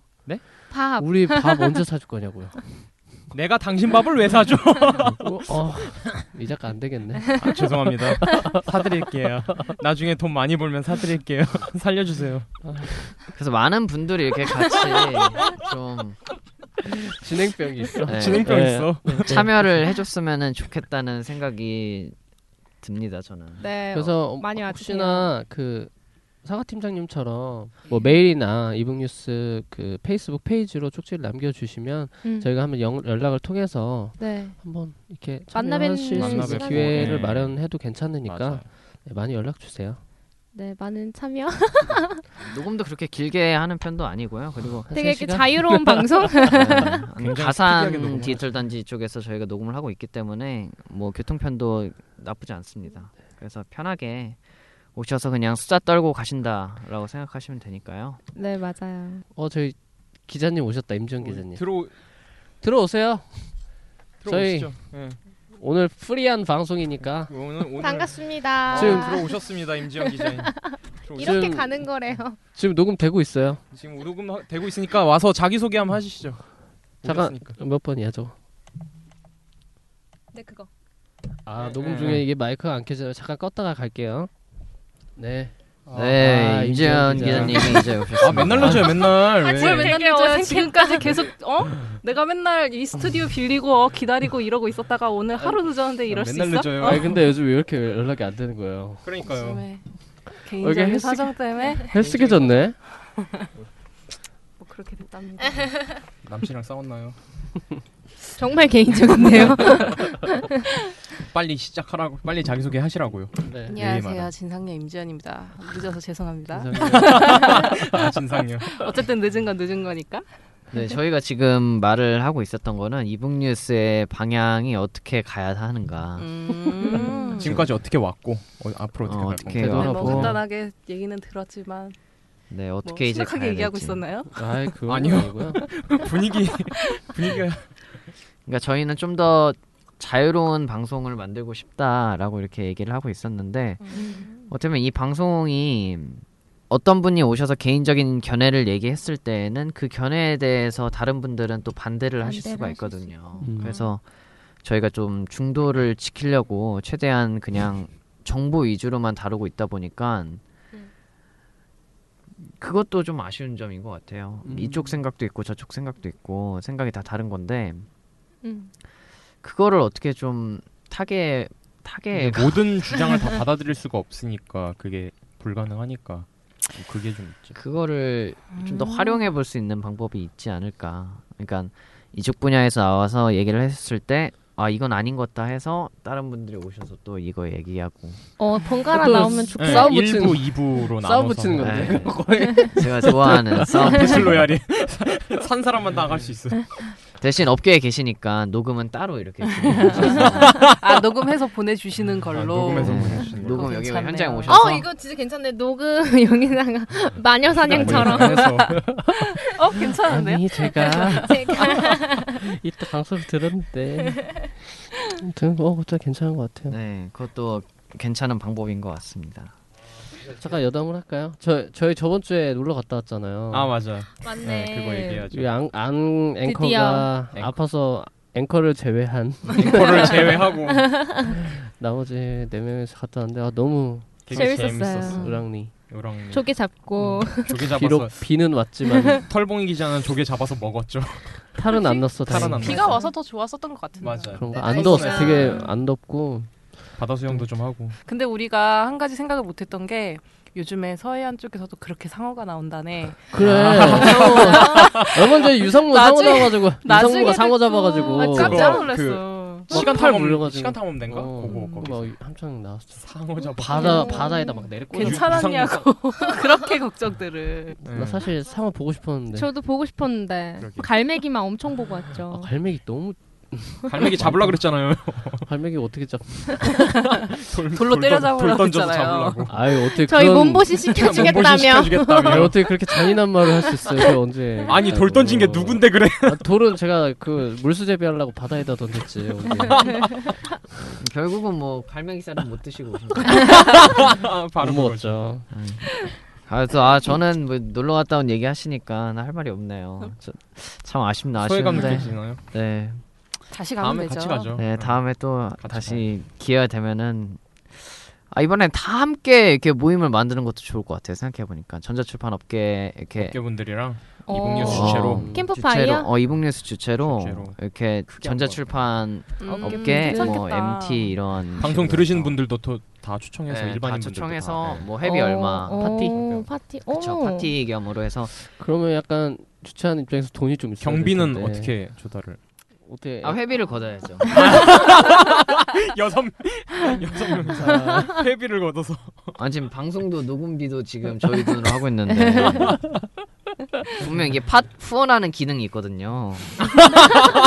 S4: 밥.
S3: 우리 밥 언제 사줄 거냐고요?
S2: 내가 당신 밥을 왜 사줘?
S3: 어, 어, 이 작가 안 되겠네.
S2: 아, 죄송합니다. 사드릴게요. 나중에 돈 많이 벌면 사드릴게요. 살려주세요.
S1: 그래서 많은 분들이 이렇게 같이 좀
S3: 진행병이 있어.
S1: 네,
S2: 진행병
S3: 네.
S2: 있어.
S1: 참여를 해줬으면 좋겠다는 생각이 듭니다. 저는.
S4: 네.
S3: 그래서
S4: 많이 와주세요.
S3: 혹시나 그 사과 팀장님처럼 뭐 메일이나 이북뉴스 그 페이스북 페이지로 쪽지를 남겨주시면
S4: 음.
S3: 저희가 한번 영- 연락을 통해서
S4: 네.
S3: 한번 이렇게
S4: 만나뵌
S3: 참여하실 수 있는
S2: 만나뵙고,
S3: 기회를
S2: 예.
S3: 마련해도 괜찮으니까
S2: 맞아요.
S3: 네, 많이 연락 주세요.
S4: 네, 많은 참여.
S1: 녹음도 그렇게 길게 하는 편도 아니고요. 그리고
S3: 한
S4: 되게
S3: 세
S4: 이렇게
S3: 시간?
S4: 자유로운 방송.
S1: 네,
S2: 어, 특이하게 녹음을
S1: 가산 디지털 단지 쪽에서 저희가 녹음을 하고 있기 때문에 뭐 교통편도 나쁘지 않습니다. 그래서 편하게 오셔서 그냥 수다 떨고 가신다라고 생각하시면 되니까요.
S4: 네, 맞아요.
S3: 어 저희 기자님 오셨다 임지영 기자님
S2: 들어
S3: 들어오세요.
S2: 들어오시죠. 예.
S3: 오늘 프리한 방송이니까
S2: 오늘 오늘
S4: 반갑습니다.
S3: 지금
S2: 들어오셨습니다, 임지영 기자님. 들어오시-
S4: 이렇게
S3: 지금-
S4: 가는 거래요.
S3: 지금 녹음 되고 있어요.
S2: 지금 우르금 하- 되고 있으니까 와서 자기 소개 한번 하시죠.
S3: 잠깐.
S2: 오셨으니까.
S3: 몇 번이야 저거?
S4: 네, 그거.
S3: 아
S2: 네,
S3: 녹음
S2: 네.
S3: 중에 이게 마이크가 안 켜져요. 잠깐 껐다가 갈게요. 네.
S1: 네,
S3: 아,
S1: 임재현
S3: 임재현
S1: 기자님이 이제 오셨습니다.
S2: 아 맨날 늦어요,
S3: 네.
S2: 맨날.
S3: 아,
S2: 왜?
S5: 뭘 맨날
S4: 되게 어색해.
S5: 늦어요? 지금까지 계속 어? 내가 맨날 이 스튜디오 빌리고 어, 기다리고 이러고 있었다가 오늘 하루 늦었는데 이럴 수
S2: 맨날
S5: 있어?
S2: 늦어요.
S3: 아니 근데 요즘 왜 이렇게 연락이 안 되는 거예요?
S2: 그러니까요.
S5: 요즘에
S3: 어, 이게
S5: 개인적인
S3: 헬스-
S5: 사정 때문에
S3: 헬스케졌네.
S5: 뭐 그렇게 됐답니다.
S2: 남친이랑 싸웠나요?
S4: 정말 개인적인데요.
S2: 빨리 시작하라고. 빨리 자기 소개 하시라고요.
S3: 네.
S2: 많아.
S5: 안녕하세요, 진상녀 임지연입니다. 늦어서 죄송합니다.
S3: 감사합니다.
S2: 아, 진상이요.
S5: 어쨌든 늦은 건 늦은 거니까.
S1: 네, 저희가 지금 말을 하고 있었던 거는 이북뉴스의 방향이 어떻게 가야 하는가.
S4: 음.
S5: 음.
S2: 지금까지 어떻게 왔고 어, 앞으로
S1: 어,
S2: 어떻게
S1: 어떻게
S2: 갈 건가.
S5: 네, 뭐
S1: 여러분.
S5: 간단하게 얘기는 들었지만
S1: 네,
S5: 뭐
S1: 어떻게 이제 가야
S5: 심각하게 얘기하고
S1: 될지.
S5: 있었나요?
S3: 아이 그건
S2: 아니요.
S3: 아니고요.
S2: 분위기 분위기가
S1: 그러니까 저희는 좀 더 자유로운 방송을 만들고 싶다라고 이렇게 얘기를 하고 있었는데
S4: 음.
S1: 어쩌면 이 방송이 어떤 분이 오셔서 개인적인 견해를 얘기했을 때는 그 견해에 대해서 다른 분들은 또 반대를 하실
S4: 반대를
S1: 수가
S4: 하실
S1: 있거든요.
S3: 수 있고.
S1: 그래서 저희가 좀 중도를 지키려고 최대한 그냥 정보 위주로만 다루고 있다 보니까
S4: 네.
S1: 그것도 좀 아쉬운 점인 것 같아요.
S3: 음.
S1: 이쪽 생각도 있고 저쪽 생각도 있고 생각이 다 다른 건데
S4: 음.
S1: 그거를 어떻게 좀 그, 타게 타게
S2: 근데 모든 주장을 다 받아들일 수가 없으니까 그게 불가능하니까 뭐 그게 좀 있죠.
S1: 그거를 좀
S4: 음.
S1: 더 활용해 볼 수 있는 방법이 있지 않을까. 그러니까 이쪽 분야에서 나와서 얘기를 했을 때 아, 이건 아닌 것다 해서 다른 분들이 오셔서 또 이거 얘기하고
S4: 어, 번갈아
S3: 또
S4: 나오면
S3: 스-
S4: 좋
S3: 네. 싸움 붙이는
S2: 1부, 2부로 나눠서
S3: 싸움 붙이는 건데
S1: 네.
S3: 거의.
S1: 제가 좋아하는 네. 싸움
S2: 배틀로얄이 산 사람만 나갈 수 있어.
S1: 대신 업계에 계시니까 녹음은 따로 이렇게
S5: 아 녹음해서
S4: 아,
S5: 보내주시는 걸로.
S2: 아, 녹음해서
S1: 네.
S2: 보내주시는 걸로.
S1: 녹음 여기
S5: 괜찮네요.
S1: 현장에 오셔서
S4: 어, 이거 진짜 괜찮네. 녹음 여기다가 마녀사냥처럼
S2: 그래서
S5: 어 괜찮은데요?
S3: 아니 제가
S4: 제가
S3: 이따 방송 들었는데. 아무튼 어 진짜 괜찮은 것 같아요.
S1: 네, 그것도 괜찮은 방법인 것 같습니다.
S2: 네.
S3: 잠깐 여담을 할까요? 저 저희 저번 주에 놀러 갔다 왔잖아요.
S2: 아 맞아.
S4: 맞네.
S2: 네, 그거 얘기하죠.
S3: 안, 안 앵커가
S2: 앵커.
S3: 아파서 앵커를 제외한
S2: 앵커를 제외하고
S3: 나머지 네 명이서 갔다 왔는데 아, 너무
S2: 되게
S4: 재밌었어요.
S5: 네.
S2: 재밌었어.
S3: 우랑니.
S2: 우랑
S4: 조개 잡고
S2: 조개 잡아서
S3: 음, 비록 비는 왔지만
S2: 털봉이 기자는 조개 잡아서 먹었죠.
S3: 탈은 안 났어.
S2: 탈은 안
S3: 다행히.
S2: 났어.
S5: 비가 와서 더 좋았었던 것 같은데.
S2: 맞아요.
S3: 그런가?
S4: 네,
S3: 안 더웠어.
S4: 날씨가-
S3: 되게 안 덥고.
S2: 바다 수영도 좀 하고.
S5: 근데 우리가 한 가지 생각을 못했던 게 요즘에 서해안 쪽에서도 그렇게 상어가 나온다네.
S3: 그래. 얼마 전에 유성무 상어
S5: 아, 나중에-
S3: 잡아가지고
S5: 나중에
S3: 유성무가 상어
S5: 듣고-
S3: 잡아가지고
S5: 아, 깜짝
S2: 그거
S5: 놀랐어.
S2: 시간
S3: 팔
S2: 탐험
S3: 물려가지고.
S2: 시간 탐험된가?
S3: 어,
S1: 음,
S2: 그거
S3: 막
S2: 거기서
S3: 한창 나왔어.
S2: 상어 잡아.
S3: 바다 바다에다 막 내리고.
S5: 음. 괜찮았냐고 그렇게 걱정들을.
S2: 음.
S3: 나 사실 상어 보고 싶었는데.
S4: 저도 보고 싶었는데
S2: 그러게.
S4: 어, 갈매기만 엄청 보고
S3: 아,
S4: 왔죠.
S3: 갈매기 너무
S2: 네. 갈매기 잡으려 그랬잖아요.
S3: 갈매기 어떻게 잡?
S2: 돌,
S5: 돌로
S2: 돌 던-
S5: 때려잡으려고
S2: 돌 던져서
S5: 했잖아요.
S2: 잡으려고.
S3: 아유 어떻게
S4: 저희
S3: 그런
S2: 몸보신
S4: 몸보신 시켜주겠다며.
S3: 아니,
S2: 시켜주겠다며.
S3: 어떻게 그렇게 잔인한 말을 할 수 있어요? 그 언제?
S2: 아니 돌 던진 게 누군데 그래?
S3: 아, 돌은 제가 그 물수제비 하려고 바다에다 던졌지. 언제.
S1: 결국은 뭐 갈매기살은 못 드시고 오신
S2: 아, 바로
S3: 못
S2: 먹었죠.
S3: 먹었죠.
S1: 그래서 아 저는 뭐 놀러 갔다
S6: 음.
S1: 온 얘기 하시니까 할 말이 없네요. 저- 참 아쉽나
S2: 소외감
S1: 아쉬운데.
S2: 느껴지나요?
S1: 네.
S6: 다시 가면
S7: 다음에
S6: 되죠.
S7: 같이 가죠.
S1: 네, 다음에 또
S7: 같이
S1: 다시 기회가 되면은 아 이번엔 다 함께 이렇게 모임을 만드는 것도 좋을 것 같아요. 생각해 보니까 전자출판 업계 이렇게
S7: 학교분들이랑
S4: 어.
S2: 아,
S7: 이북뉴스 주체로
S3: 아, 음.
S1: 어,
S4: 캠프파이어?
S1: 주체로, 어 이북뉴스 주체로,
S7: 주체로.
S1: 이렇게
S7: 크게
S1: 전자출판
S6: 음,
S1: 업계 뭐
S6: 괜찮겠다.
S1: MT 이런
S7: 방송
S1: 식으로
S7: 들으시는
S1: 해서.
S7: 분들도 또- 다 추청해서
S1: 네, 다
S7: 네, 일반인 분들도
S1: 초청해서
S7: 다, 네.
S1: 뭐 회비
S4: 어,
S1: 얼마
S4: 어,
S1: 파티
S4: 파티.
S1: 그쵸
S4: 어.
S1: 파티 겸으로 해서
S3: 그러면 약간 주최하는 입장에서 돈이 좀 있어야
S7: 경비는
S3: 될 텐데.
S7: 어떻게 조달을?
S3: 어떻게
S1: 아 회비를 걷어야죠.
S7: 여섯 여섯 명 회비를 걷어서
S1: 아 지금 방송도 녹음비도 지금 저희 돈으로 하고 있는데 분명 이게 팟 후원하는 기능이 있거든요.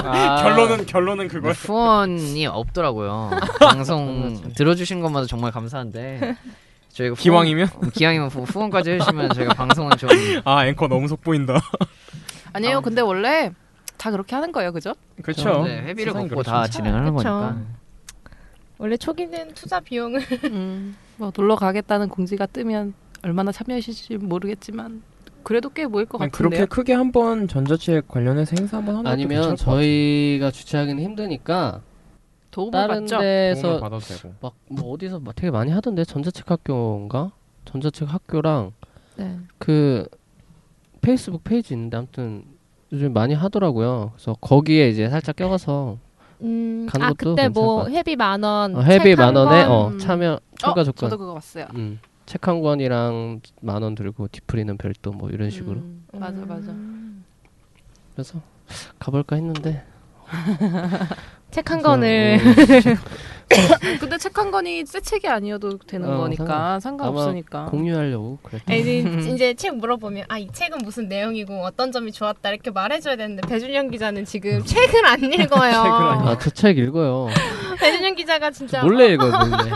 S1: 아,
S7: 결론은 결론은 그거.
S1: 후원이 없더라고요. 방송 들어주신 것마다 정말 감사한데
S7: 음,
S1: 저희가 후원-
S7: 기왕이면
S1: 기왕이면 후- 후원까지 해주시면 저희가 방송은 좀
S7: 아 앵커 너무 속보인다.
S6: 아니에요. 근데 원래 다 그렇게 하는 거예요, 그죠?
S7: 그렇죠.
S1: 네, 회비를
S7: 세상이
S1: 걷고
S7: 그렇죠.
S1: 다 진행하는
S4: 그쵸.
S1: 거니까.
S4: 원래 초기는 투자 비용을
S6: 음, 뭐 놀러 가겠다는 공지가 뜨면 얼마나 참여하실지 모르겠지만 그래도 꽤 모일 것 같은데요.
S2: 네, 그렇게 크게 한번 전자책 관련해서 행사 한번 하는 것도
S3: 아니면
S2: 괜찮을 것 같아요.
S3: 저희가 주최하기는 힘드니까
S6: 도움을
S3: 다른
S6: 받죠.
S7: 도움을
S3: 데에서
S7: 받아도 되고.
S3: 막 뭐 어디서 막 되게 많이 하던데 전자책 학교인가 전자책 학교랑
S6: 네.
S3: 그 페이스북 페이지 있는데 아무튼 요즘 많이 하더라고요. 그래서 거기에 이제 살짝 껴가서
S4: 음,
S3: 간
S4: 아
S3: 것도
S4: 그때 뭐
S3: 괜찮을 것
S4: 회비 만 원,
S3: 어, 회비
S4: 음, 책한
S3: 만 원에
S4: 권.
S3: 어, 참여
S6: 어,
S3: 참가 조건
S6: 저도 그거 봤어요.
S3: 음, 책 한 권이랑 만 원 들고 디프리는 별도 뭐 이런 식으로
S6: 음, 맞아, 맞아.
S3: 그래서 가볼까 했는데
S4: 책 한 권을
S3: 음.
S6: 근데 책 한 권이 새 책이 아니어도 되는
S3: 어,
S6: 거니까 상관없으니까.
S3: 아마 공유하려고 그랬던
S4: 아니, 이제 책 물어보면 아 이 책은 무슨 내용이고 어떤 점이 좋았다 이렇게 말해줘야 되는데 배준영 기자는 지금 책을 안 읽어요.
S3: 아저 책 읽어요
S4: 배준영 기자가 진짜
S3: 몰래 읽어요 몰래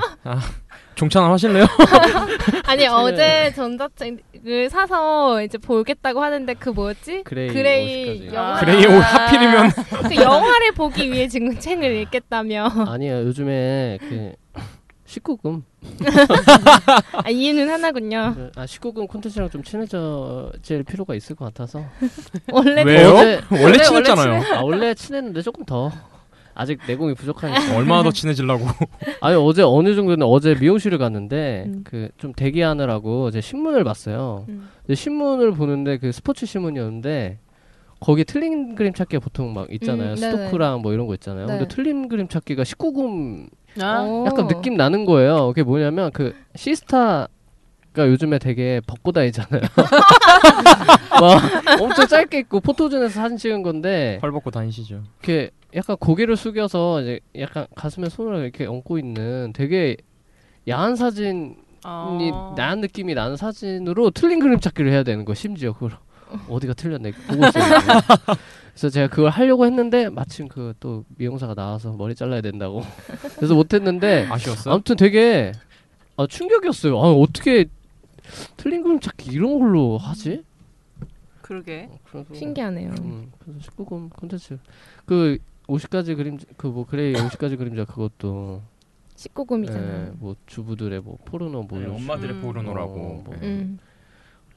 S7: 종찬 하실래요?
S4: 뭐, 아니 어제 전자책을 사서 이제 보겠다고 하는데 그 뭐였지?
S3: 그레이
S4: 그레이
S3: 50까지.
S4: 영화
S7: 그레이 옷뭐 하필이면
S4: 그 영화를 보기 위해 지금 책을 읽겠다며
S3: 아니에요 요즘에 그 19금
S4: 아, 이유는 하나군요.
S3: 아 19금 콘텐츠랑 좀 친해질 필요가 있을 것 같아서
S4: 원래
S7: 왜요?
S3: 어제-
S7: 원래 친했잖아요.
S3: 아 원래 친했는데 조금 더 아직 내공이 부족하니까
S7: 얼마나 더 친해지려고.
S3: 아니 어제 어느 정도는 어제 미용실을 갔는데
S4: 음.
S3: 그 좀 대기하느라고 이제 신문을 봤어요.
S4: 음.
S3: 근데 신문을 보는데 그 스포츠 신문이었는데 거기 틀린 그림 찾기 보통 막 있잖아요.
S4: 음, 네네.
S3: 스토크랑 뭐 이런 거 있잖아요.
S4: 네.
S3: 근데 틀린 그림 찾기가 19금
S6: 아,
S4: 오.
S3: 약간 느낌 나는 거예요. 그게 뭐냐면 그 시스타가 요즘에 되게 벗고 다니잖아요. 막 엄청 짧게 입고 포토존에서 사진 찍은 건데
S7: 헐 벗고 다니시죠.
S3: 이렇게 약간 고개를 숙여서 이제 약간 가슴에 손을 이렇게 얹고 있는 되게 야한 사진이
S6: 아.
S3: 네, 나한 느낌이 나는 사진으로 틀린 그림 찾기를 해야 되는 거 심지어 그걸 어디가 틀렸나 이렇게 보고 있어요. 그래서 제가 그걸 하려고 했는데 마침 그 또 미용사가 나와서 머리 잘라야 된다고 그래서 못했는데
S7: 아쉬웠어요?
S3: 아무튼 되게 아, 충격이었어요. 아, 어떻게 틀린 그림 찾기 이런 걸로 하지?
S7: 음,
S3: 어,
S6: 그러게.
S3: 그래서
S4: 신기하네요.
S3: 음, 그래서 19금 콘텐츠 그 50가지 그림 그 뭐 그레이 50가지 그림자 그것도
S4: 19금이잖아.
S3: 예, 뭐 주부들의 뭐 포르노 뭐
S7: 네,
S3: 이런
S7: 엄마들의
S6: 음.
S7: 보르노라고.
S3: 어, 뭐.
S7: 네.
S4: 음.